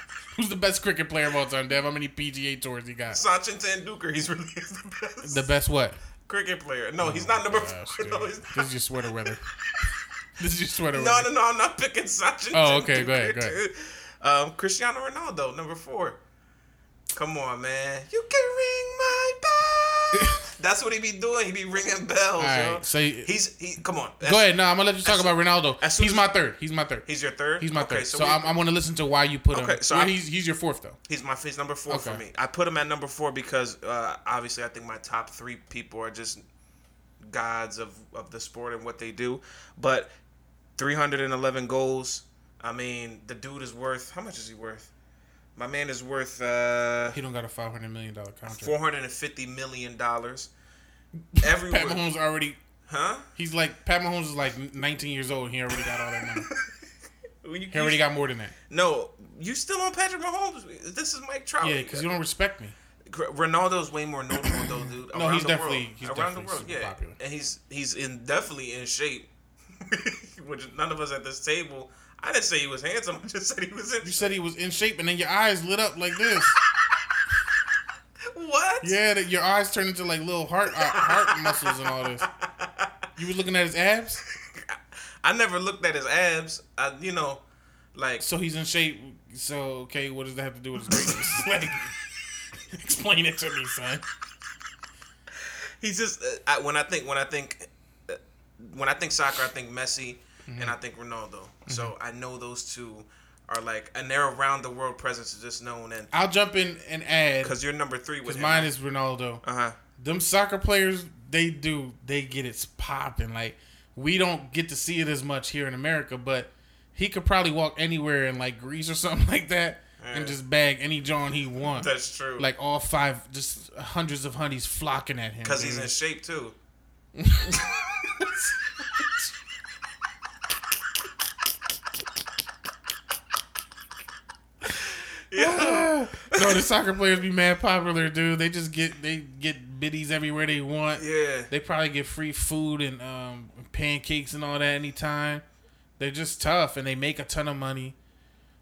Who's the best cricket player of all time, Dev? How many PGA tours he got?
Sachin Tendulkar, he's really he's the best
The best what?
cricket player. No, he's not number
Gosh,
four.
dude.
No, he's
This is your sweater weather. This is your sweater
no,
weather.
no, no. I'm not picking Sachin.
Oh, okay, go ahead,
Tendulkar,
go ahead.
dude. Um, Cristiano Ronaldo, number four. Come on, man. You can ring my bell. That's what he be doing. He be ringing bells.
All
yo.
right, so you-
he's he. Come on.
Go ahead. No, I'm gonna let you talk about Ronaldo.
as soon
He's
as-
my third. He's my third. He's,
He's your third.
my
okay,
third. So,
So, we-
I'm, I'm gonna listen to why you put him.
Okay, so
well,
I-
he's he's your fourth though.
he's my he's number four for
Okay.
me. I put him at number four because uh, obviously I think my top three people are just gods of of the sport and what they do. But 311 goals. I mean, the dude is worth. How much is he worth? My man is worth uh,
He don't got a 500 million dollar contract.
450 million dollars.
Pat
Everywhere,
Mahomes already.
huh?
He's like Pat Mahomes is like 19 years old. and He already got all that money.
When you-
He already got more than that.
no, you still on Patrick Mahomes. This is Mike Trout.
Yeah, because you don't respect me.
Ronaldo's way more notable though, dude.
No,
around
he's
the
definitely-
world.
he's
around
definitely
the world,
super
yeah,
popular.
and he's he's in definitely in shape. Which none of us at this table. I didn't say he was handsome. I just said he was in.
You said he was in shape, and then your eyes lit up like this.
what?
Yeah, that your eyes turned into like little heart uh, heart muscles and all this. You was looking at his abs,
I never looked at his abs. I, you know, like
so he's in shape. So okay, what does that have to do with his greatness? like, explain it to me, son.
he's just. Uh, I, when I think when I think uh, when I think soccer, I think Messi
Mm-hmm.
and I think Ronaldo. So I know those two are like, and their around the world presence is just known. And
I'll jump in and add
because you're number three
because
with him.
mine is Ronaldo.
uh huh.
Them soccer players, they do, they get it popping. Like we don't get to see it as much here in America, but he could probably walk anywhere in like Greece or something like that and just bag any John he wants.
That's true.
Like all five, just hundreds of honeys flocking at him.
Because he's
dude.
in shape too.
no, the soccer players be mad popular, dude. They just get they get biddies everywhere they want.
Yeah.
They probably get free food and um, pancakes and all that anytime. They're just tough and they make a ton of money.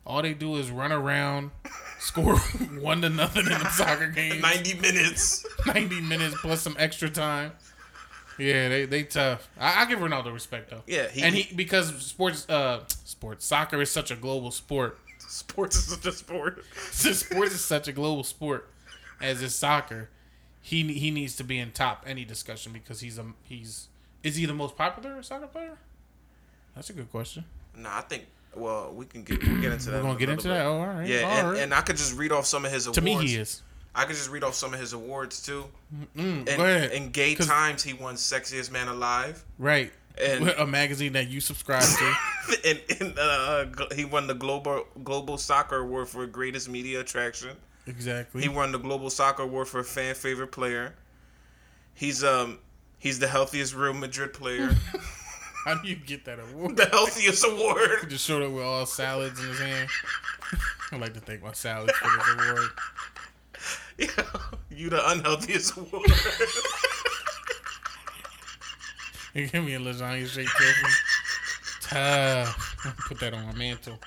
All they do is run around, score one to nothing in the soccer game,
90 minutes.
ninety minutes plus some extra time. Yeah, they they tough. I, I give Ronaldo respect though.
Yeah, he-
and he because sports uh sports soccer is such a global sport.
Sports is such a sport.
Since sports is such a global sport as is soccer, he he needs to be in top any discussion because he's a he's is he the most popular soccer player? That's a good question.
No, I think, well, we can get, we'll get into that.
We're gonna
in a
get
little
into
bit.
that. Oh, all right.
Yeah,
all
and,
right.
and I could just read off some of his awards.
to me, he is.
I could just read off some of his awards too.
Mm,
In,
go ahead.
in Gay
'Cause-
Times, he won Sexiest Man Alive.
Right.
and
a magazine that you subscribe to.
and, and uh, gl- he won the global global soccer award for greatest media attraction.
exactly.
He won the global soccer award for fan favorite player. He's um he's the healthiest Real Madrid player.
How do you get that award?
the healthiest award.
Just showed up with all salads in his hand. I like to thank my salads for this award.
you the unhealthiest award.
You give me a lasagna shake, Kevin. Tough. Put that on my mantle.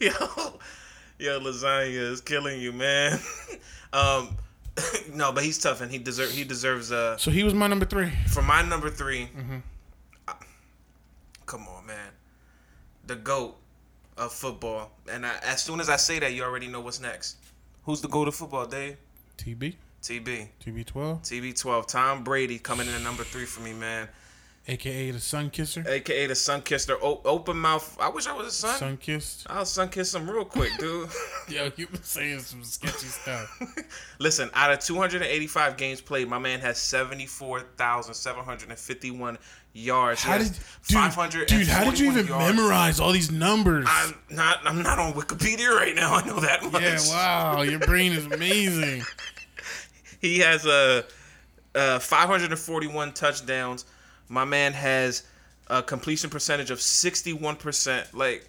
yo, yo, lasagna is killing you, man. um, no, but he's tough and he deserve he deserves uh
So he was my number three.
for my number 3 I- come on, man, the goat of football. And I, as soon as I say that, you already know what's next. Who's the goat of football, Dave?
TB,
TB,
TB12,
TB12, Tom Brady coming in at number three for me, man.
aka the Sun Kisser.
AKA the sun kisser, o- open mouth. I wish I was a son.
Sun kissed.
I'll sun kiss him real quick, dude.
Yo, you been saying some sketchy stuff.
Listen, out of 285 games played, my man has 74,751 yards. He
How
has
did dude, dude? How did you
541
even
yards.
memorize all these numbers?
I'm not. I'm not on Wikipedia right now. I know that much.
Yeah, wow, your brain is amazing.
He has a uh, uh, 541 touchdowns. My man has a completion percentage of 61%. Like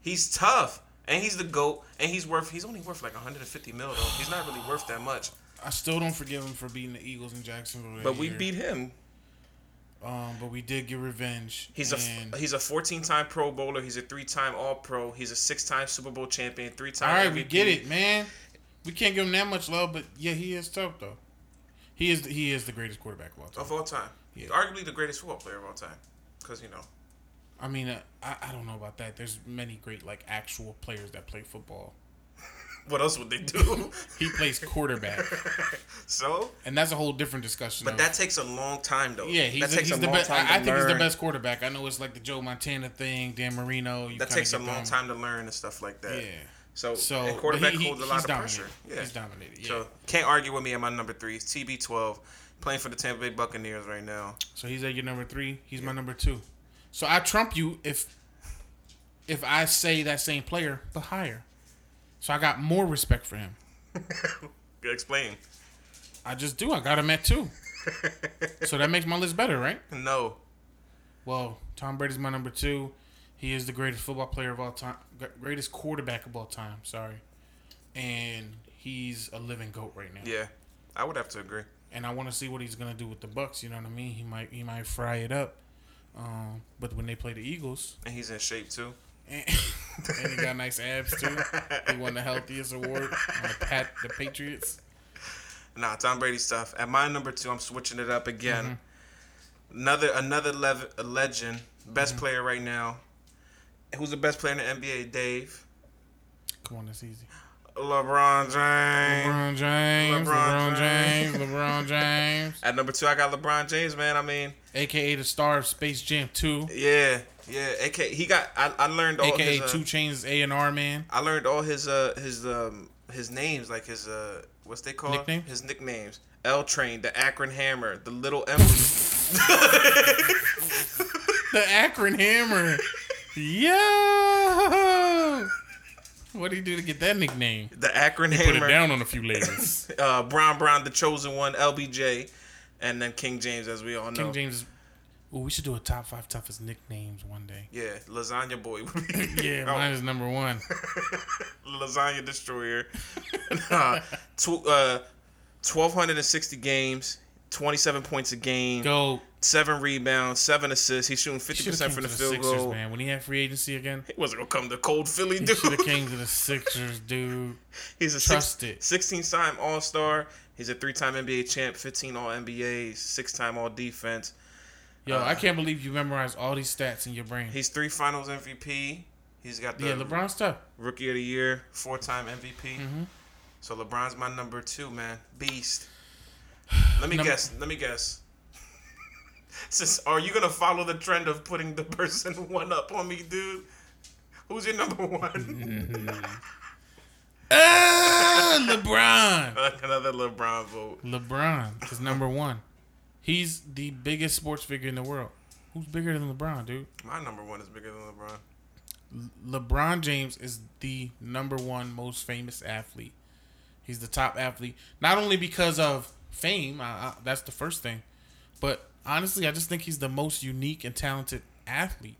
he's tough, and he's the goat, and he's worth. He's only worth like 150 mil though. He's not really worth that much.
I still don't forgive him for beating the Eagles in Jacksonville. that
But we
year.
beat him.
Um, but we did get revenge.
He's
and-
a he's a 14-time Pro Bowler. He's a three-time All-Pro. He's a six-time Super Bowl champion. Three-time.
all right.
MVP.
We get it, man. We can't give him that much love, but yeah, he is tough though. He is he is the greatest quarterback of all time.
of all time.
Yeah.
Arguably the greatest football player of all time, because you know.
I mean, uh, I I don't know about that. There's many great like actual players that play football.
What else would they do?
He plays quarterback,
so,
and that's a whole different discussion.
but
of-
that takes a long time though.
yeah, he's,
that takes
he's
a
the
long
best.
time
I, I
to
think he's the
learn.
best quarterback. I know it's like the Joe Montana thing, Dan Marino. You
That
kinda
takes a
get
long
them.
time to learn and stuff like that.
Yeah.
So,
So
and
but
quarterback
he- he-
holds a lot
he's
of
dominated.
pressure. Yeah.
He's dominated. Yeah.
So can't argue with me at my number three. It's TB12 playing for the Tampa Bay Buccaneers right now.
So he's at your number three. He's my number two. So I trump you if if I say that same player but higher. So I got more respect for him.
Explain.
I just do. I got him at two. so that makes my list better, right?
No.
Well, Tom Brady's my number two. He is the greatest football player of all time, gr- greatest quarterback of all time. Sorry, and he's a living goat right now.
Yeah, I would have to agree.
and I want to see what he's gonna do with the Bucks. You know what I mean? He might he might fry it up. Um, but when they play the Eagles,
And he's in shape too.
and, and he got nice abs too. He won the healthiest award. I'm gonna pat the Patriots.
Nah, Tom Brady stuff. At my number two, I'm switching it up again.
Mm-hmm.
Another another lev- a legend, best player right now. Who's the best player in the NBA? Dave,
Come on, that's easy.
LeBron James.
LeBron James,
LeBron
LeBron James, LeBron James,
At number two, I got LeBron James. Man, I mean,
aka the star of Space Jam 2,
yeah, yeah. AK, he got. I, I learned all
aka
his. uh,
Two Chains A and R man.
I learned all his uh his um his names like his uh what's they called
Nickname?
his nicknames. L Train, the Akron Hammer, the Little Emily.
The Akron Hammer. Yo, what did he do to get that nickname?
the Akron
Put it
Hammer.
down on a few ladies.
uh, Brown Brown, the chosen one, LBJ, and then King James, as we all know.
King James. Ooh, we should do a top five toughest nicknames one day.
Yeah, Lasagna Boy.
Yeah,
Oh,
mine is number one.
Lasagna Destroyer. nah, tw- uh, 1,260 games, 27 points a game,
Go.
seven rebounds, seven assists. He's shooting
Should
50%
have came
from the
to the
field
Sixers,
goal.
man. When he had free agency again,
He wasn't going to come to cold Philly, dude.
should have came to the Sixers, dude.
He's a
Trust
six,
it.
16 time All Star. He's a three time NBA champ, 15 All NBA, six time All Defense.
Yo, I can't believe you memorized all these stats in your brain.
He's three finals MVP. He's got the
Yeah, LeBron stuff.
Rookie of the Year, four time MVP.
Mm-hmm.
So LeBron's my number two, man. Beast. Let me
Num-
guess. Let me guess. Since, are you gonna follow the trend of putting the person one up on me, dude? Who's your number one?
Ah, LeBron. Ah, Mm-hmm.
Another LeBron vote.
LeBron is number one. He's the biggest sports figure in the world. Who's bigger than LeBron, dude?
My number one is bigger than LeBron.
LeBron James is the number one most famous athlete. He's the top athlete, not only because of fame. I, I, that's the first thing, but honestly, I just think he's the most unique and talented athlete.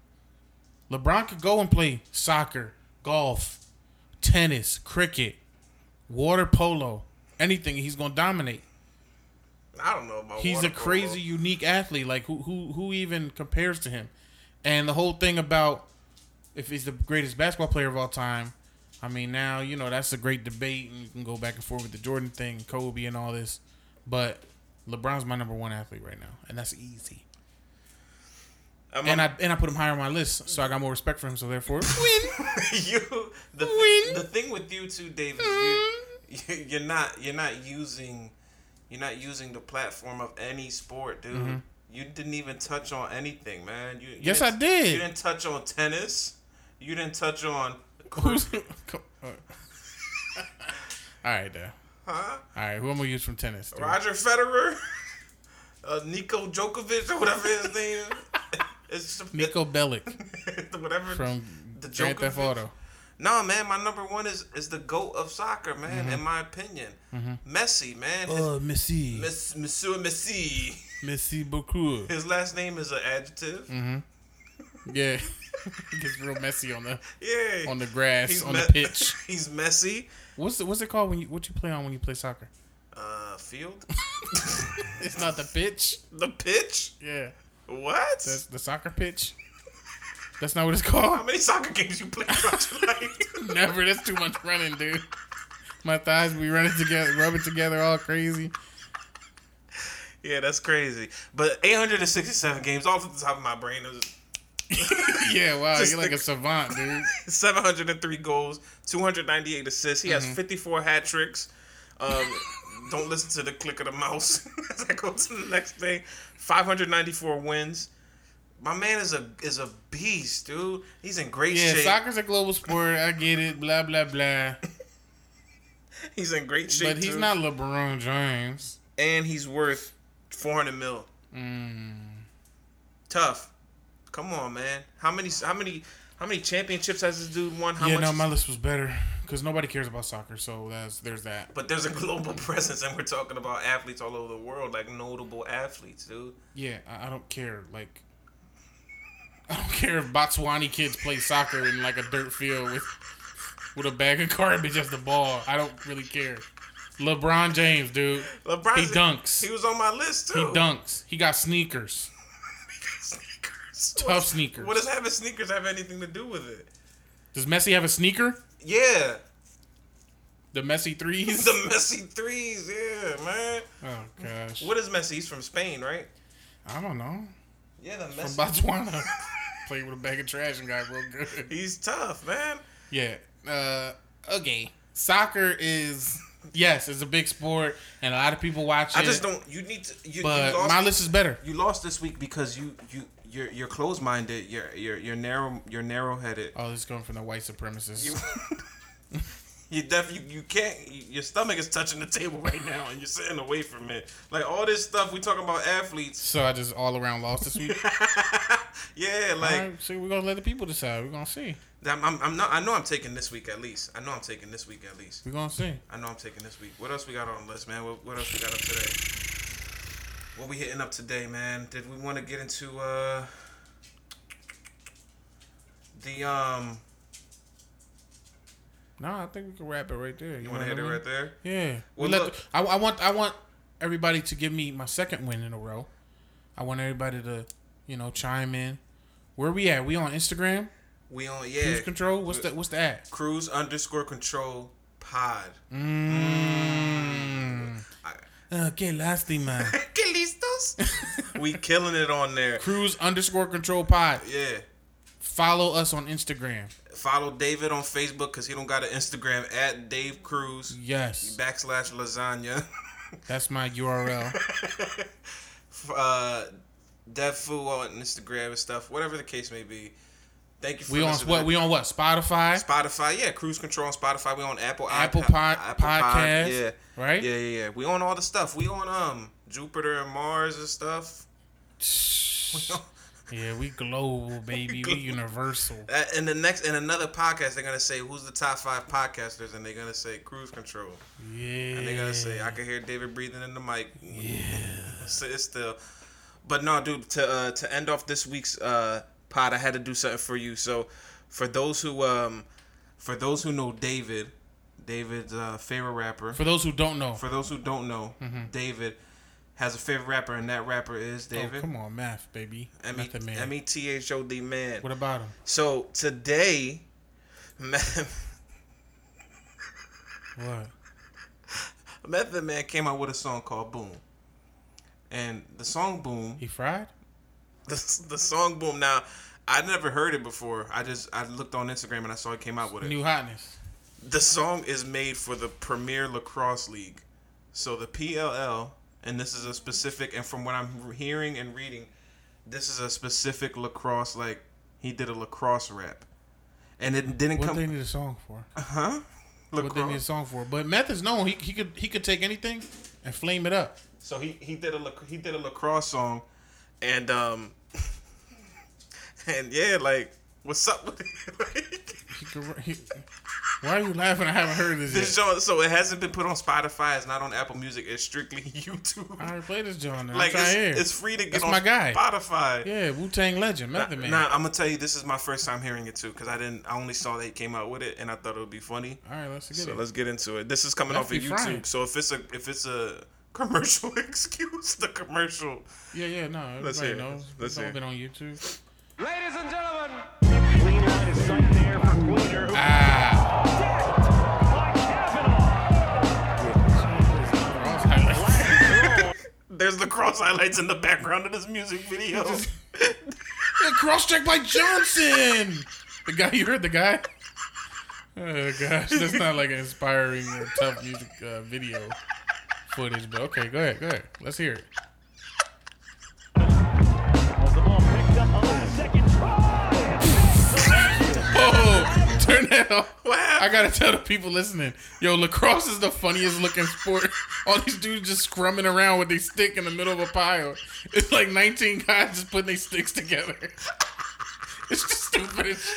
LeBron could go and play soccer, golf, tennis, cricket, water polo, anything. He's gonna dominate.
I don't know about.
He's
water
a crazy,
polo.
unique athlete. Like who, who, who even compares to him? And the whole thing about if he's the greatest basketball player of all time. I mean, now you know that's a great debate, and you can go back and forth with the Jordan thing, Kobe, and all this. But LeBron's my number one athlete right now, and that's easy.
I'm
And
a-
I and I put him higher on my list, so I got more respect for him. So therefore,
you the,
Win.
the thing with you too, David. is You, you're not you're not using you're not using the platform of any sport, dude. You didn't even touch on anything, man. You, you
Mm-hmm. Yes,
didn't-
I did.
You didn't touch on tennis. You didn't touch on
who's? Come- all right, there.
huh?
All right, who am I gonna use from tennis? dude?
Roger Federer, uh, Nico Djokovic, or whatever his name. is. It's just-
Nico Bellic
whatever
from
the
Grand Theft
Djokovic.
Auto.
No, man, my number one is is the goat of soccer, man.
Mm-hmm.
In my opinion, Messi, man,
Oh,
his,
Uh, Missy.
Miss, Monsieur Messi.
Messi Beaucoup.
His last name is an adjective.
Mm-hmm. Yeah, it gets real messy on the
Yeah,
on the grass
He's
on
me-
the pitch.
He's messy.
What's the, what's it called when you what you play on when you play soccer?
Uh, field,
It's not the pitch.
the pitch.
Yeah,
What?
that's the soccer pitch. That's not what it's
How
called.
many soccer games you play throughout your life?
Never. That's too much running, dude. My thighs be running together, rubbing together, all crazy.
yeah, that's crazy. But 867 games off the top of my brain. It was
Yeah, wow,
Just
you're like
the-
a savant, dude.
703 goals, 298 assists. He
Mm-hmm.
has 54 hat tricks. Um, don't listen to the click of the mouse. As I go to the next thing, 594 wins. My man is a is a beast, dude. He's in great
Yeah,
shape.
soccer's a global sport. I get it. Blah blah blah.
He's in great shape.
But he's
too.
not LeBron James.
and he's worth 400 mil.
Mm.
Tough. Come on, man. How many? How many? How many championships has this dude won? How
yeah,
much?
no,
is-
my list was better because nobody cares about soccer. So that's there's that.
but there's a global presence, and we're talking about athletes all over the world, like notable athletes, dude.
Yeah, I, I don't care. Like, I don't care if Botswani kids play soccer in like a dirt field with with a bag of garbage as the ball. I don't really care. LeBron James, dude,
LeBron.
He dunks.
He was on my list too.
he dunks. He got sneakers,
Sneakers.
tough sneakers.
What does having sneakers have anything to do with it?
does Messi have a sneaker?
Yeah,
The Messi threes.
the Messi threes. Yeah, man.
oh gosh,
What is Messi? He's from Spain, right?
I don't know.
Yeah, the
From
Messi.
Botswana, played with a bag of trash and got real good.
He's tough, man.
Yeah. Uh, okay. Soccer is yes, it's a big sport, and a lot of people watch it.
I just don't. You need to. You, you
But
lost
my list is better.
you lost this week because you you you're you're closed minded. You're you're you're narrow you're narrow headed.
Oh, this is going from the white supremacists.
You- You def you, you can't. You, your stomach is touching the table right now, and you're sitting away from it. Like all this stuff we talking about athletes.
so I just all around lost this week.
Yeah,
All
like
right, so we're gonna let the people decide. We're gonna see.
I'm, I'm, I'm not. I know I'm taking this week at least. I know I'm taking this week at least.
We're gonna see.
I know I'm taking this week. What else we got on the list, man? What, what else we got up today? What we hitting up today, man? Did we want to get into uh the um?
No, I think we can wrap it right there.
You want to hit it right there?
Yeah.
Well,
we let
look-
the- I, I want I want everybody to give me my second win in a row. I want everybody to, you know, chime in. Where we at? We on Instagram?
We on
Cruise
yeah.
control? What's the what's the at?
Cruise underscore control pod.
Okay, lastly, man.
Que listos? we killing it on there.
Cruise underscore control pod.
Yeah.
Follow us on Instagram.
Follow David on Facebook because he don't got an Instagram at Dave Cruz
Yes.
backslash lasagna.
That's my URL.
uh, DevFu on Instagram and stuff, whatever the case may be. Thank you for
We on
listening.
what? We on what? Spotify,
Spotify, yeah, Cruise Control on Spotify. We on Apple,
Apple
iPod-
Pod- Podcast,
yeah,
right?
yeah, yeah, yeah. We on all the stuff. We on um Jupiter and Mars and stuff.
Yeah, we global, baby. we universal.
Uh, in the next, in another podcast, they're gonna say who's the top five podcasters, and they're gonna say cruise control,
Yeah.
and they're gonna say I can hear David breathing in the mic. Yeah, so it's still. But no, dude. To uh, to end off this week's uh, pod, I had to do something for you. So, for those who um, for those who know David, David's uh, favorite rapper.
For those who don't know,
For those who don't know, David has a favorite rapper, and that rapper is
oh,
David.
come on, math, baby. Method Man.
M E T H O D man.
what about him?
So today, Method,
What?
Method Man came out with a song called Boom. And the song Boom,
He fried?
the, the song Boom, now, I never heard it before. I just, I looked on Instagram and I saw it came out with it.
New hotness.
The song is made for the Premier Lacrosse League. So the PLL, and this is a specific, and from what I'm hearing and reading, this is a specific lacrosse, like, he did a lacrosse rap. And it didn't
What
come.
they need a song for?
huh?
What they need a song for? But Meth is known. He, he could he could take anything and flame it up.
So he he did a lac- he did a lacrosse song, and um, and yeah, like what's up with it? Like,
He could, he, why are you laughing? I haven't heard this yet.
this song, so it hasn't been put on Spotify. It's not on Apple Music. It's strictly YouTube.
I already played this John. Now.
like
I'm trying to
it's,
hear.
it's free to get
That's
on
my guy.
Spotify.
yeah, Wu Tang legend, Method Man.
Nah, I'm gonna tell you, this is my first time hearing it too, because I didn't. I only saw that he came out with it, and I thought it would be funny.
All right, let's get
So
it.
let's get into it. This is coming
Let's
off of
be
YouTube.
frank.
So if it's a if it's a commercial excuse, the commercial.
yeah, yeah, no. Everybody
Let's hear it.
knows.
Let's
it's all
hear it.
been on YouTube.
Ladies and gentlemen, cleaner is right there for cleaner.
Ah, Ross highlights.
There's the cross highlights in the background of this music video.
Yeah, cross check by Johnson. the guy you heard, the guy. Oh gosh, that's not like an inspiring or tough music uh, video footage. But okay, go ahead, go ahead. Let's hear it. Oh, turn that off.
what
I
happened?
gotta tell the people listening, yo, lacrosse is the funniest looking sport. All these dudes just scrumming around with their stick in the middle of a pile. It's like 19 guys just putting their sticks together. It's the stupidest.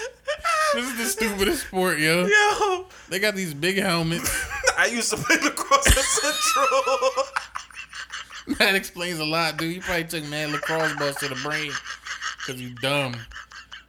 This is the stupidest sport, yo.
Yo,
They got these big helmets.
I used to play lacrosse at Central.
That explains a lot, dude. You probably took mad lacrosse balls to the brain because you dumb.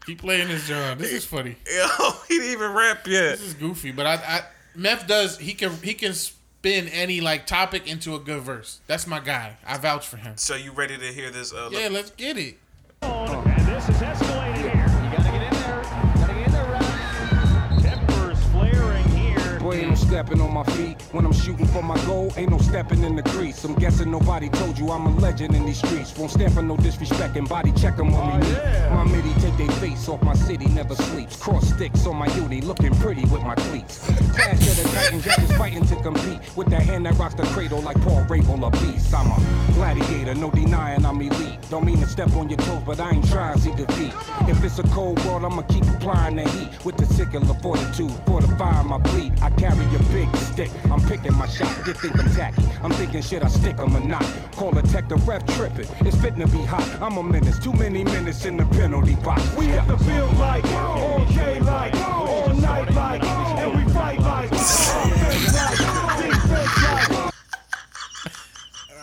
Keep playing this job. This is funny.
Yo, he didn't even rap yet.
This is goofy, but I, I Meth does he can he can spin any like topic into a good verse. That's my guy. I vouch for him.
So you ready to hear this? Uh,
Yeah, let's get it.
And this is escalating here.
Gotta get in there. Gotta get in there, Ralph.
Tempers flaring here.
Boy, ain't no stepping on my feet when I'm shooting for my goal. Ain't no stepping in the crease. I'm guessing nobody told you I'm a legend in these streets. Won't stand for no disrespect and body check 'em when we meet. My midi take they face off my city, never sleeps. Cross sticks on my uni, looking pretty with my cleats. Clash of the Titans, that was fighting to compete with the hand that rocks the cradle like Paul Rabel a beast. I'm a gladiator, no denying I'm elite. Don't mean to step on your toes, but I ain't trying to see defeat. If it's a cold world, I'ma keep applying the heat with the circular fortitude, fortifying my bleed. I carry a big stick, I'm picking my shot. You think I'm tacky? I'm thinking should I stick 'em or not? Call a tech the ref tripping. It's fitting to be hot. I'm a menace, too many minutes in the penalty box. We have the field like all day like all night like and we fight like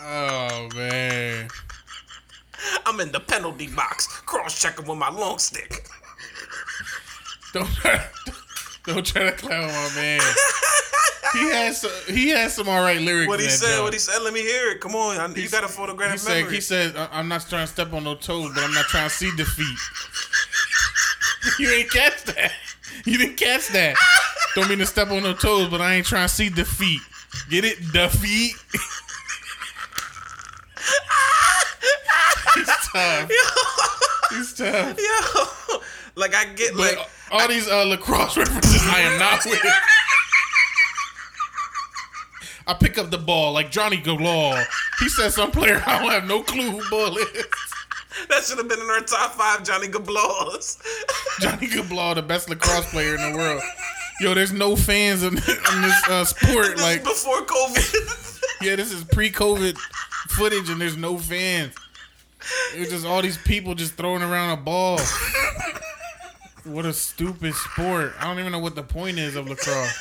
Oh man,
I'm in the penalty box, cross checking with my long stick.
don't try, don't try to clown my man. He has some, he has some all right lyrics.
What
in
he
that
said?
joke.
What he said? Let me hear it. Come on, I, you got a photograph
He said,
memory.
he said, "I- I'm not trying to step on no toes, but I'm not trying to see defeat. you ain't catch that. You didn't catch that. Don't mean to step on no toes, but I ain't trying to see defeat. Get it? Defeat. He's tough. He's tough.
Yo, like I get
But
like
all these uh, lacrosse references, I am not with. I pick up the ball like Johnny Galal. He said some player I don't have no clue who ball is.
that should have been in our top five Johnny Gablaws.
Johnny Gablaw, the best lacrosse player in the world. Yo, there's no fans in, in this uh, sport.
This
Like,
is before COVID.
yeah, this is pre-COVID footage and there's no fans. It was just all these people just throwing around a ball. what a stupid sport. I don't even know what the point is of lacrosse.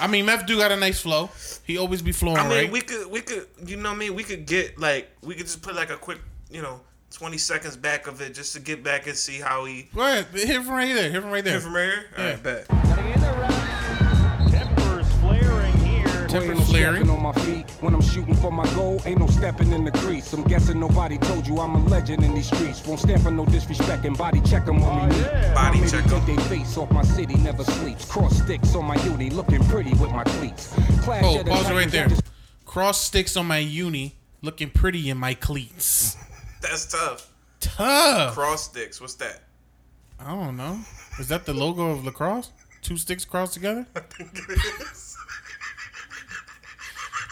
I mean, Meth do got a nice flow. He always be flowing,
I mean,
right?
we could, we could, you know what I mean? We could get like, we could just put like a quick, you know, 20 seconds back of it just to get back and see how he.
Go ahead. Hit him from right there. Hit him right there.
Here from here? All
Yeah.
right, bet.
Tempers flaring here.
Temper
Ain't no
flaring.
stepping on my feet when I'm shooting for my goal. Ain't no stepping in the crease. I'm guessing nobody told you I'm a legend in these streets. Won't stand for no disrespect and body check 'em when
Oh,
we meet.
Body
How many
check 'em.
Take they face off my city, never sleeps. Cross sticks on my uni, looking pretty with my cleats. Clash
Oh,
of the
pause it right
titans, I
there.
just
Cross sticks on my uni, looking pretty in my cleats.
That's tough.
Tough.
Cross sticks. What's that?
I don't know. Is that the logo of lacrosse? Two sticks crossed together?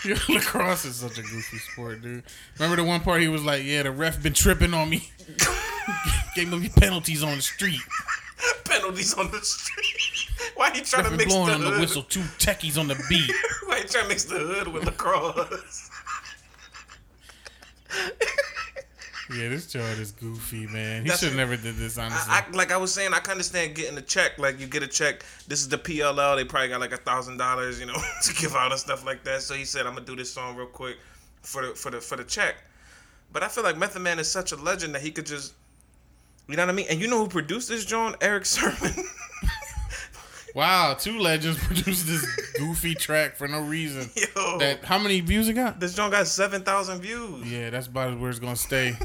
Yo, lacrosse is such a goofy sport, dude. Remember the one part he was like, "Yeah, the ref been tripping on me, gave me penalties on the street,
Penalties on the street. Why you trying
ref been
to mix the
blowing on
hood?
the whistle, two techies on the beat."
Why you trying to mix the hood with lacrosse?
Yeah, this child is goofy, man. He
That's-
should have never did this, honestly.
I, I, like I was saying, I can understand getting a check. Like you get a check. This is the PLL. They probably got like a thousand dollars, you know, to give out and stuff like that. So he said, "I'm gonna do this song real quick for the for the for the check." But I feel like Method Man is such a legend that he could just, you know what I mean. And you know who produced this, John? Eric Sermon.
wow, two legends produced this goofy track for no reason.
Yo,
That how many views it got?
this John got seven thousand views.
Yeah, that's about where it's gonna stay.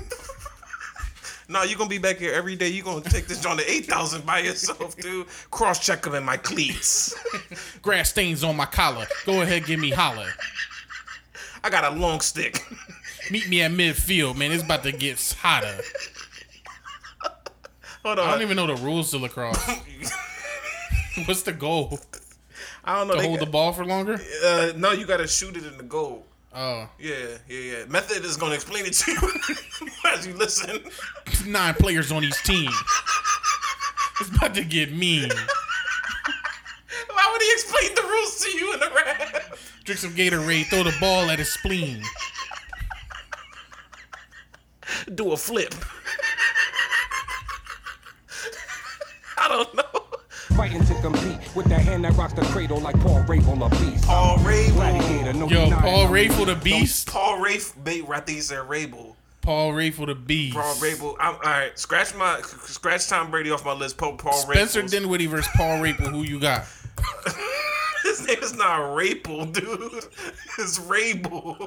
No, you gonna be back here every day. You gonna take this John to eight thousand by yourself, dude. Cross check him in my cleats.
Grass stains on my collar. Go ahead, give me holler.
I got a long stick.
Meet me at midfield, man. It's about to get hotter.
Hold on.
I don't even know the rules to lacrosse. What's the goal?
I don't know.
To
They
hold the
got-
ball for longer?
Uh, no, you gotta shoot it in the goal.
Oh,
Yeah, yeah, yeah. Method is gonna explain it to you as you listen.
nine players on each team. It's about to get mean.
Why would he explain the rules to you in a rap?
Drink some Gatorade, throw the ball at his spleen.
Do a flip. I don't know.
Fighting to compete with that hand that rocks the cradle like Paul Rabel a beast.
Paul Rabel.
Gladiator, no
Yo,
denying,
Paul
I'm a
Rayful the Beast.
Paul Rafe Bate right there said Rabel.
Paul Rayful the Beast.
Paul Rabel. I'm, all right, scratch my scratch Tom Brady off my list. Paul Paul
Spencer
Rabel's-
Dinwiddie versus Paul Rayful. Who you got?
His name is not Rapel, dude. It's Rabel.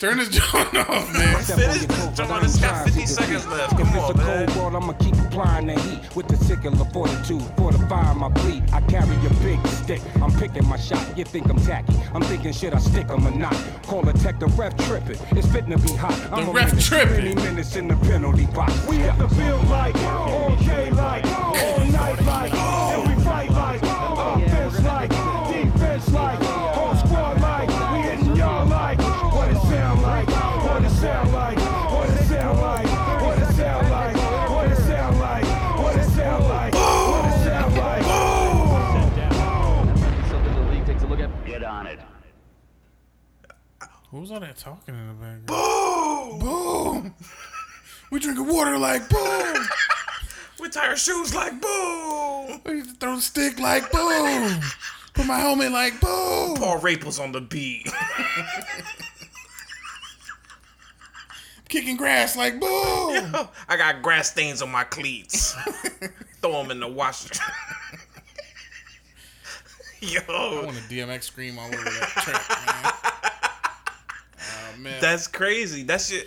Turn this joint off, man.
Step
Finish
on your
this,
toes,
John.
I'm
It's got
trying
50
to
seconds
compete.
left.
If
Come
it's
on,
a cold
man.
world, I'ma keep applying the heat with the secular fortitude. Fortify my bleed. I carry a big stick. I'm picking my shot. You think I'm tacky? I'm thinking should I stick 'em or not? Call a tech the ref tripping. It's fitting to be hot. I'm a
ref
menace.
tripping.
Many minutes in the penalty box.
We hit the field like, all day like, all night like, and we fight like, offense like, defense like, whole squad like, we hitting y'all like, what it sound like, what it sound like, what it sound like, what it sound like, what it sound like, what it sound like, what it sound like.
something the league takes a look at. Get on it.
Who's all that talking in the background? Boom! Boom! We drinking water like boom!
We tie our shoes like boom.
we throw the stick like boom! Put my helmet like boom!
Paul Rapel's on the beat.
Kicking grass like boom!
I got grass stains on my cleats. Throw them in the washer.
I
Yo,
want a DMX scream all over that track, man. Oh, man.
that's crazy. That's your,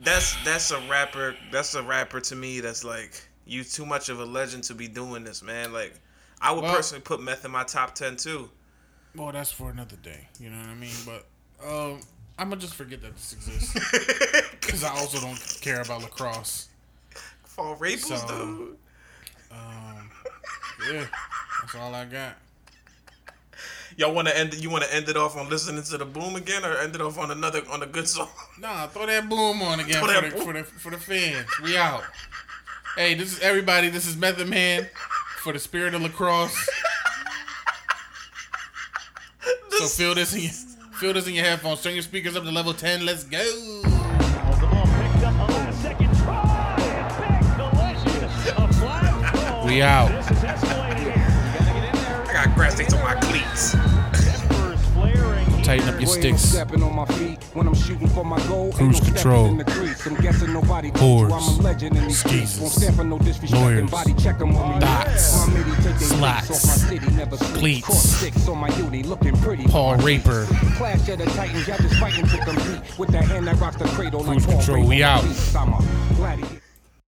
that's that's a rapper. That's a rapper to me. That's like you too much of a legend to be doing this, man. Like I would
Well-
personally put Meth in my top ten too.
well, that's for another day. You know what I mean? But um, I'm gonna just forget that this exists because I also don't care about lacrosse.
Paul Rapel's
So-
dude.
Yeah, that's all I got.
Y'all want to end? You want to end it off on listening to the boom again, or end it off on another on a good song?
Nah, throw that boom on again
Throw
for the,
that boom.
for, the, for the fans. We out. Hey, this is everybody. This is Method Man for the spirit of lacrosse. So feel this in your, feel this in your headphones. Turn your speakers up to level ten. Let's go. We out.
I got grass stains on my cleats.
Tighten up your
Boy, ain't no
sticks.
stepping on my feet when I'm shooting for my goal. Ain't
Cruise
no stepping
control.
in the crease. I'm guessing nobody told you
Whores.
I'm a legend in these streets.
Skeezers.
Won't stand for no disrespect
Lawyers.
and body check 'em on me.
Dots.
My midi take they
Slots.
flicks off my city, never sleep.
Cleats.
Cross sticks on my uni, looking pretty.
Paul Raper.
Clash of the Titans, y'all just fighting to compete with the hand that rocks the cradle
Cruise
like Paul
control,
Raper.
we out.
I'm a gladiator.